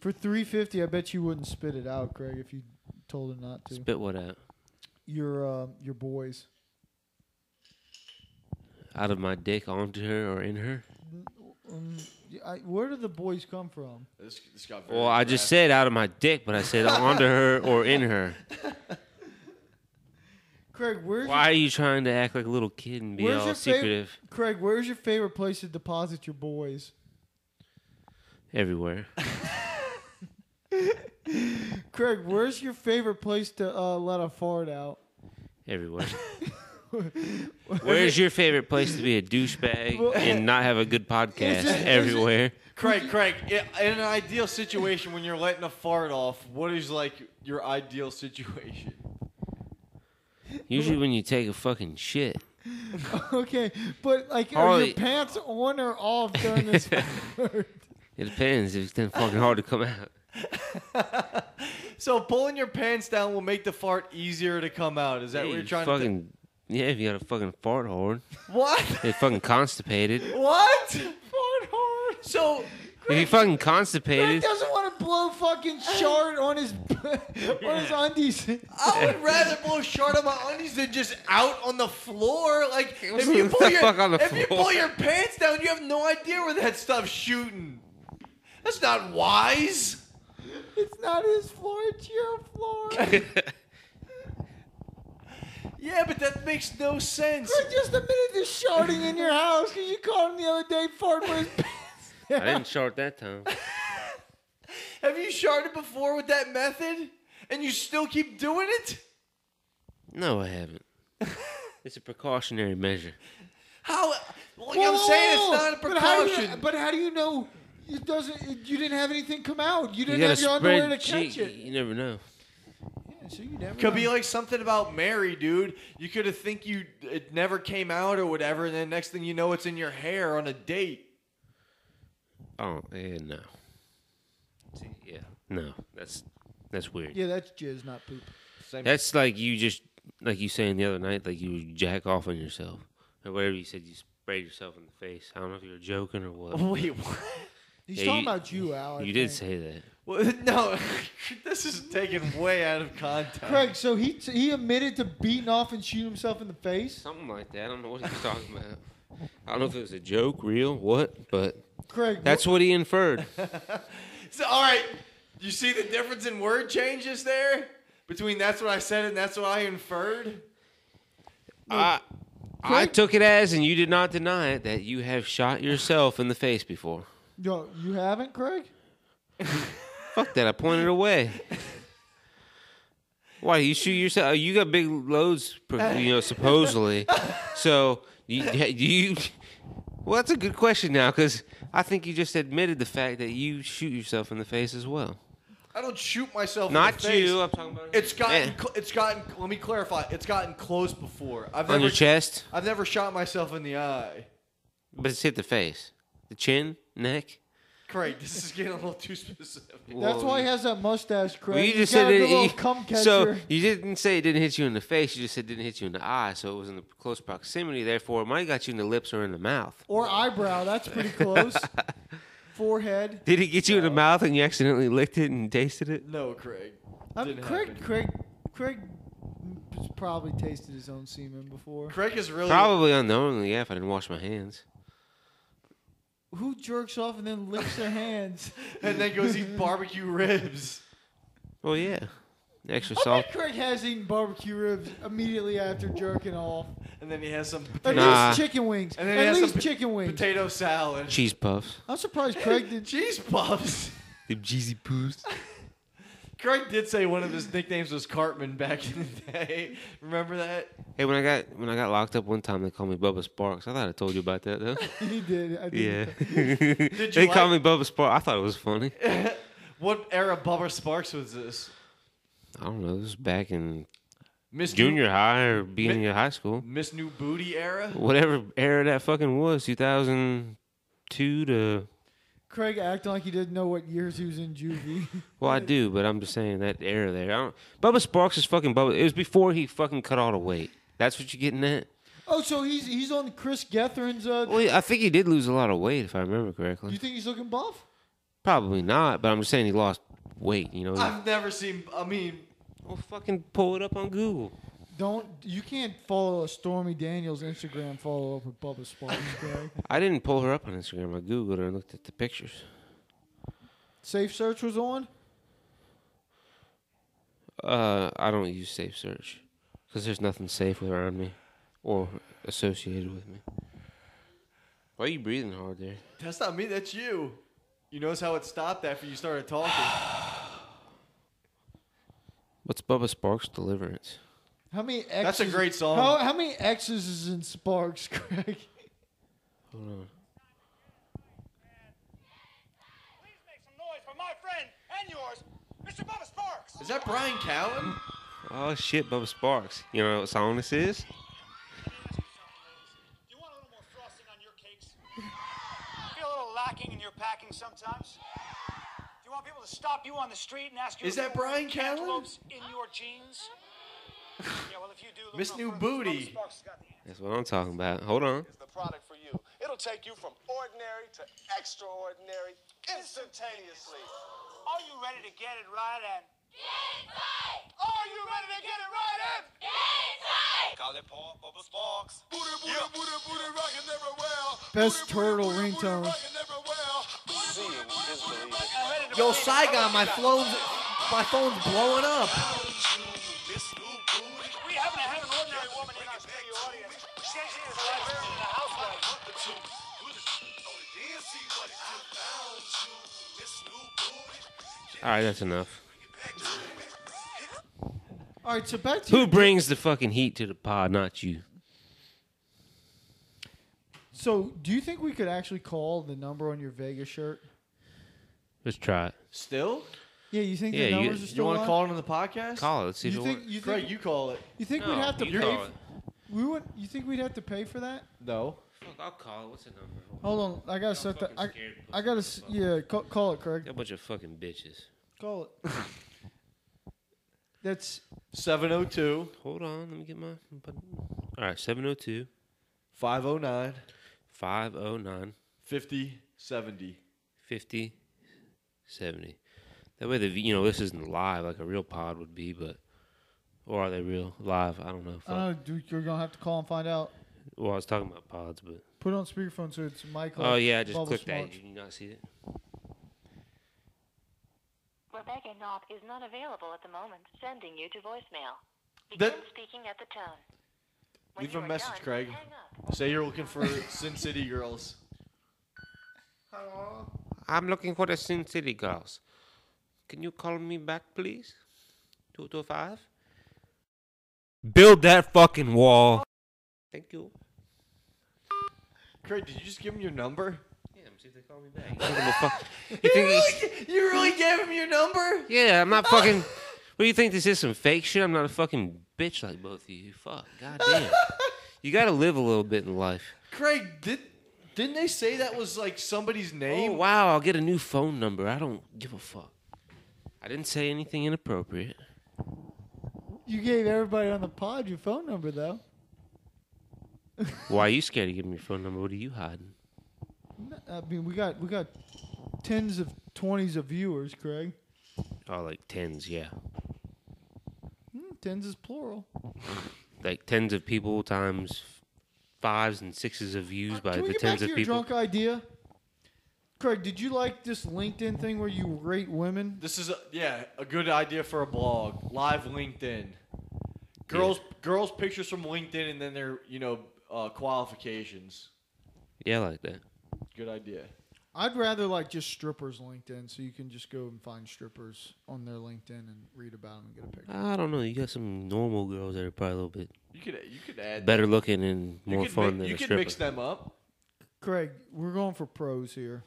A: For three fifty, I bet you wouldn't spit it out, Craig, if you told her not to.
C: Spit what out?
A: Your uh, your boys.
C: Out of my dick onto her or in her?
A: Um, y- I, where do the boys come from?
E: this, this got very
C: Well, I just
E: drastic.
C: said out of my dick, but I said onto her or in her.
A: Craig, where's your,
C: Why are you trying to act like a little kid and be
A: Where's
C: all
A: your favorite-
C: secretive?
A: Craig? Where's your favorite place to deposit your boys?
C: Everywhere.
A: Craig, where's your favorite place to uh, let a fart out?
C: Everywhere. Where's your favorite place to be a douchebag and not have a good podcast? Everywhere.
E: Craig, Craig, i- in an ideal situation when you're letting a fart off, what is like your ideal situation?
C: Usually when you take a fucking shit.
A: okay, but like, are
C: Harley-
A: your pants on or off during this?
C: It depends. If it's then fucking hard to come out.
E: So pulling your pants down will make the fart easier to come out. Is that
C: Yeah,
E: what you're
C: you
E: trying to?
C: fucking, Yeah, if you got a fucking fart horn,
E: do? What?
C: it's fucking constipated.
E: what? Fart hard. So
C: If you're fucking
A: Greg
C: constipated,
A: doesn't want to blow fucking shard on his on his undies.
E: I would rather blow short on my undies than just out on the floor. Like if
C: was
E: you
C: the
E: pull your
C: fuck on the
E: if you
C: floor?
E: pull your pants down, you have no idea where that stuff's shooting. That's not wise.
A: It's not his floor; it's your floor.
E: Yeah, but that makes no sense.
A: For just a minute, the sharding in your house because you called him the other day farting with his pants.
C: I didn't short that time.
E: Have you sharded before with that method? And you still keep doing it?
C: No, I haven't. It's a precautionary measure.
E: How? Well, I'm saying it's not a
A: But how do you-
E: precaution.
A: But how do you know it doesn't? You didn't have anything come out. You
C: You
A: didn't
C: gotta
A: have your underwear to
C: spread.
A: catch
C: cheek.
A: it.
C: You never know.
A: Yeah, so you never
E: Could
A: know.
E: be like something about Mary, dude. You could have think you it never came out or whatever, and then next thing you know, it's in your hair on a date.
C: Oh, yeah, no. See, yeah, no. That's that's weird.
A: yeah, that's jizz, not poop.
C: That's like you just like you saying the other night, like you jack off on yourself or whatever you said. You sprayed yourself in the face. I don't know if you were joking or what.
E: Wait, what?
A: He's
C: Yeah,
A: talking
C: you-
A: about you, Al. I
C: You did
A: think.
C: say that.
E: Well, no, this is taken way out of context.
A: Craig. So he t- he admitted to beating off and shooting himself in the face.
C: Something like that. I don't know what he was talking about. I don't know if it was a joke, real, what, but
A: Craig.
C: that's what he inferred.
E: So, all right, you see the difference in word changes there between that's what I said and that's what I inferred.
C: I, I took it as, and you did not deny it, that you have shot yourself in the face before.
A: wh- yo, you haven't, Craig.
C: Fuck that. I pointed away. Why you shoot yourself? uh, You got big loads, pr- you know, supposedly. So you, do you. Well, that's a good question now, because I think you just admitted the fact that you shoot yourself in the face as well.
E: I don't shoot myself. in
C: Not
E: the face.
C: you. I'm talking about.
E: It's gotten.
C: Yeah.
E: Cl- it's gotten. Let me clarify. It's gotten close before. I've
C: on
E: never.
C: your chest,
E: I've never shot myself in the eye.
C: but it's hit the face, the chin, neck.
E: Craig, this is getting a little too specific.
A: That's
C: Whoa.
A: why he has that mustache, Craig.
C: Well, you
A: He's
C: just said
A: got a
C: it.
A: good little
C: you-
A: cum catcher.
C: so you didn't say it didn't hit you in the face. You just said it didn't hit you in the eye. So it was in the close proximity. Therefore, it might have got you in the lips or in the mouth.
A: or eyebrow. That's pretty close. Forehead.
C: Did it get you in the mouth and you accidentally licked it and tasted it?
E: No, Craig.
A: I mean,
E: Didn't
A: Craig,
E: happen.
A: Craig, Craig has probably tasted his own semen before.
E: Craig is really.
C: Probably unknowingly, yeah. If I didn't wash my hands,
A: Who jerks off and then licks their hands?
E: And then goes eat barbecue ribs.
C: well, yeah, Oh extra
A: I
C: salt.
A: bet Craig has eaten barbecue ribs immediately after jerking off.
E: And then he has some
A: At
E: potato,
C: Nah.
A: least chicken wings.
E: And then he
A: At
E: has
A: least
E: some
A: chicken wings.
E: potato salad.
C: Cheese puffs.
A: I'm surprised Craig did.
E: Cheese puffs.
C: The cheesy poofs.
E: Craig did say one of his nicknames was Cartman back in the day. Remember that?
C: Hey, when I got when I got locked up one time, they called me Bubba Sparks. I thought I told you about that though.
A: He did. I did.
C: yeah.
E: Did
C: they
E: you
C: called me Bubba Sparks. I thought it was funny.
E: What era Bubba Sparks was this?
C: I don't know. This was back in
E: Miss
C: junior high or beginning
E: Mi-
C: of high school.
E: New, Miss New Booty era.
C: whatever era that fucking was, 2002 to.
A: Craig acting like he didn't know what years he was in juvie.
C: Well, I do, but I'm just saying that era there. I don't, Bubba Sparks is fucking Bubba. It was before he fucking cut all the weight. That's what you're getting at.
A: oh, so he's he's on Chris Getherin's. Uh,
C: Well, I think he did lose a lot of weight, if I remember
A: you
C: correctly.
A: think he's looking buff?
C: Probably not, but I'm just saying he lost weight. You know,
E: I've never seen. I mean,
C: well, fucking pull it up on Google.
A: Don't you can't follow a Stormy Daniels Instagram follow up with Bubba Sparks, Craig.
C: I didn't pull her up on Instagram. I googled her and looked at the pictures.
A: Safe search was on.
C: Uh, I don't use Safe Search because there's nothing safe around me or associated with me. Why are you breathing hard there?
E: that's not me. That's you. You notice how it stopped after you started talking.
C: What's Bubba Sparks' Deliverance?
A: How many X's?
E: That's a great song.
A: How, how many X's is in Sparks, Craig?
C: Hold on.
I: Please make some noise for my friend and yours, Mr. Bubba Sparks.
E: Is that Brian Cowan?
C: Oh shit, Bubba Sparks. You know what song this is?
I: things sometimes. Do you want people to stop you on the street and ask you?
E: Is
I: if
E: that
I: you want
E: Brian Callen?
I: Cantaloupes in your jeans. Yeah, well, if you do, look
E: Miss
I: no
E: New
I: further.
E: Booty.
I: Smoke Sparks has got the
C: That's what I'm talking about. Hold on.
J: is the product for you. It'll take you from ordinary to extraordinary instantaneously.
I: Are you ready to get it right, Em? Get it right! Are you ready to get it right, Em?
J: Call it Paul Bubba Sparks. Booty, booty, booty, booty, rockin' everywhere.
H: Best turtle ringtone.
J: Seeing is believing.
I: I'm ready to
E: Yo,
I: believe it.
E: Saigon, my phone's my phone's blowing up.
I: We happen to have an ordinary woman in our studio audience. Essentially, is like we're in the house right now.
C: All right, that's enough.
A: All right, so back to
C: Who brings the fucking heat to the pod? Not you.
A: so. Do you think we could actually call the number on your Vegas shirt?
C: Let's try it.
E: Still?
A: Yeah, you think
C: Yeah,
A: the
C: you-
A: numbers are
C: you
E: You
A: still
E: want to
A: on?
E: call it on the podcast?
C: Call it. Let's see
A: you
C: if it
A: think
C: works.
A: you
E: Craig,
A: think,
E: you call it.
A: you think
C: No,
A: we'd have to
C: you
A: pay?
C: call
A: f-
C: it.
A: We would. You think we'd have to pay for that?
E: No.
C: Fuck, I'll call it. What's the number?
A: Hold on, I gotta
C: I'm
A: set that.
C: fucking
A: I,
C: scared.
A: I gotta. s- Yeah, call, call it, Craig.
C: Got a bunch of fucking bitches.
A: Call it. That's
E: 702
C: Hold on. Let me get my. button. All right, 702
E: 509
C: 509
E: 5070.
C: 50 70. That way, the you know, this isn't live like a real pod would be, but. Or are they real? Live? I don't know.
A: I
C: Fuck.
A: don't know, dude. You're gonna have to call and find out.
C: well, I was talking about pods, but.
A: Put it on speakerphone so it's Michael.
C: Oh, yeah, I just
A: Bubba
C: clicked
A: Smarts.
C: that. Did you not see it?
K: Rebecca Knopp is not available at the moment. Sending you to voicemail. Begin
E: That-
K: speaking at the tone. When
E: Leave
K: you
E: a
K: are
E: message,
K: done,
E: Craig.
K: hang up.
E: Say you're looking for Sin City girls.
C: I'm looking for the Sin City girls. Can you call me back, please? 225? Build that fucking wall. Thank you.
E: Craig, did you just give him your number?
C: Yeah, see if they call me back. You think I'm a fuck- you think it's-
E: You really gave him your number?
C: yeah, I'm not fucking. What do you think? This is some fake shit? I'm not a fucking bitch like both of you. Fuck. Goddamn. you gotta live a little bit in life.
E: Craig, did didn't they say that was like somebody's
C: Oh,
E: name?
C: wow, I'll get a new phone number. I don't give a fuck. I didn't say anything inappropriate.
A: You gave everybody on the pod your phone number though.
C: Why are you scared to give me your phone number? What are you hiding?
A: N- I mean, we got we got tens of twenties of viewers, Craig.
C: Oh, like tens, yeah.
A: Hmm, tens is plural.
C: like tens of people times fives and sixes of views by
A: Can we
C: the
A: get back
C: tens
A: to
C: of
A: your
C: people.
A: drunk idea? Craig, did you like this LinkedIn thing where you rate women?
E: This is a, yeah, a good idea for a blog. Live LinkedIn. Girls girls pictures from LinkedIn and then their, you know, uh, qualifications.
C: Yeah, like that.
E: Good idea.
A: I'd rather like just strippers LinkedIn, so you can just go and find strippers on their LinkedIn and read about them and get a picture.
C: I don't know. You got some normal girls that are probably a little bit
E: You could you could add
C: better looking and
E: you
C: more
E: could
C: fun
E: mi-
C: than
E: You
C: a
E: could
C: stripper.
E: mix them up.
A: Craig, we're going for pros here.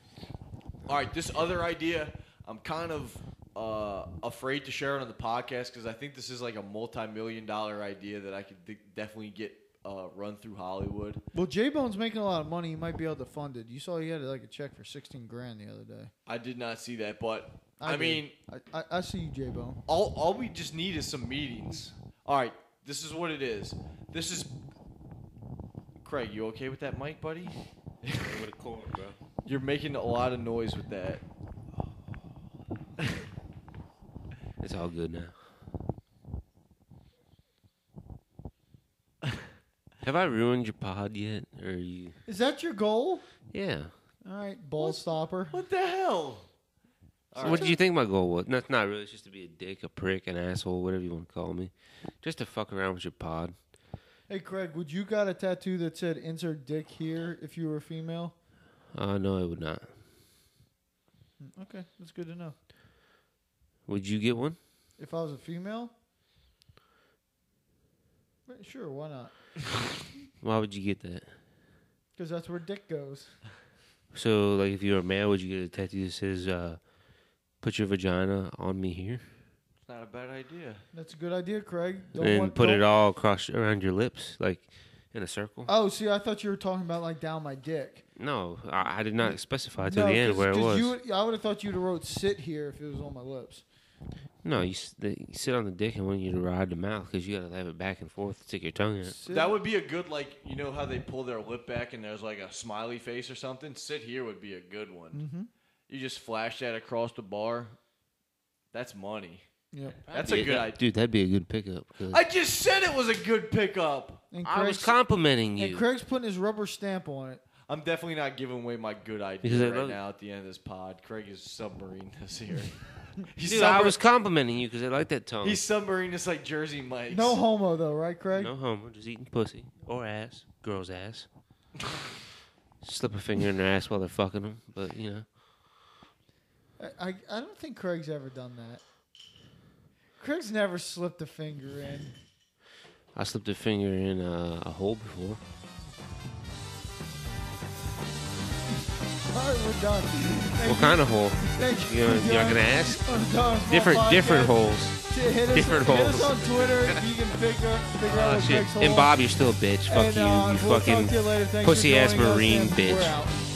E: All right, this other idea, I'm kind of uh, afraid to share it on the podcast because I think this is like a multi-million dollar idea that I could d- definitely get uh, run through Hollywood.
A: Well, J Bone's making a lot of money. He might be able to fund it. You saw he had like a check for sixteen grand the other day.
E: I did not see that, but I,
A: did.
E: mean,
A: I, I, I see you, J Bone.
E: all all we just need is some meetings. All right, this is what it is. This is Craig. You okay with that, Mike, buddy?
C: With a cord, bro.
E: You're making a lot of noise with that.
C: It's all good now. Have I ruined your pod yet? Or are you?
A: Is that your goal?
C: Yeah.
A: All right, ball stopper.
E: What the hell?
C: So what did you think my goal was? No, it's not really. It's just to be a dick, a prick, an asshole, whatever you want to call me. Just to fuck around with your pod.
A: Hey, Craig, would you got a tattoo that said "insert dick here" if you were a female?
C: Uh, no, I would not.
A: Okay, that's good to know.
C: Would you get one?
A: If I was a female, Right, sure, why not?
C: Why would you get that?
A: Because that's where dick goes.
C: So, like, if you're a man, would you get a tattoo that says, uh, "Put your vagina on me here,"
E: It's not a bad idea.
A: That's a good idea, Craig.
C: and put
A: don't-
C: it all across around your lips, like in a circle.
A: Oh, see, I thought you were talking about like down my dick.
C: No, I, I did not specify to the
A: 'cause-
C: end where it
A: 'cause
C: was.
A: You, would- I would have thought you'd have wrote "sit here" if it was on my lips.
C: no, you, s- they, you sit on the dick and want you to ride the mouth because you got to have it back and forth, stick your tongue in it.
E: That would be a good like you know how they pull their lip back and there's like a smiley face or something. Sit here would be a good one.
A: Mhm.
E: You just flash that across the bar. That's money.
A: Yep.
E: That's a
C: Yeah,
E: good
C: that-
E: idea.
C: Dude, that'd be a good pickup. 'cause
E: I just said it was a good pickup.
A: And
C: I was
A: Craig's-
C: complimenting you.
A: And Craig's putting his rubber stamp on it.
E: I'm definitely not giving away my good
C: Because I
E: idea right
C: love-
E: now at the end of this pod. Craig is submarine this here.
C: Dude, I was complimenting you because I like that tongue.
E: He's submarine just like Jersey Mike's.
A: No homo though, right, Craig?
C: No homo, just eating pussy or ass, girl's ass. Slip a finger in their ass while they're fucking them, but you know.
A: I, I I don't think Craig's ever done that. Craig's never slipped a finger in.
C: I slipped a finger in uh, a hole before.
A: All right, we're done. Thank
C: What
A: you.
C: kind of hole?
A: Thank you.
C: You,
A: for
C: are
A: joining
C: gonna
A: us
C: ask?
A: on Dog Squad
C: Different, different
A: Podcast.
C: holes.
A: To hit us,
C: different
A: hit
C: holes.
A: us on Twitter. you can figure, figure out
C: Oh,
A: what
C: shit.
A: Craig's hole.
C: And Bob, you're still a bitch. Fuck
A: And, uh,
C: you, you
A: we'll talk
C: fucking
A: to you later. Thanks for
C: pussy ass
A: joining us,
C: marine
A: and we're
C: bitch.
A: out.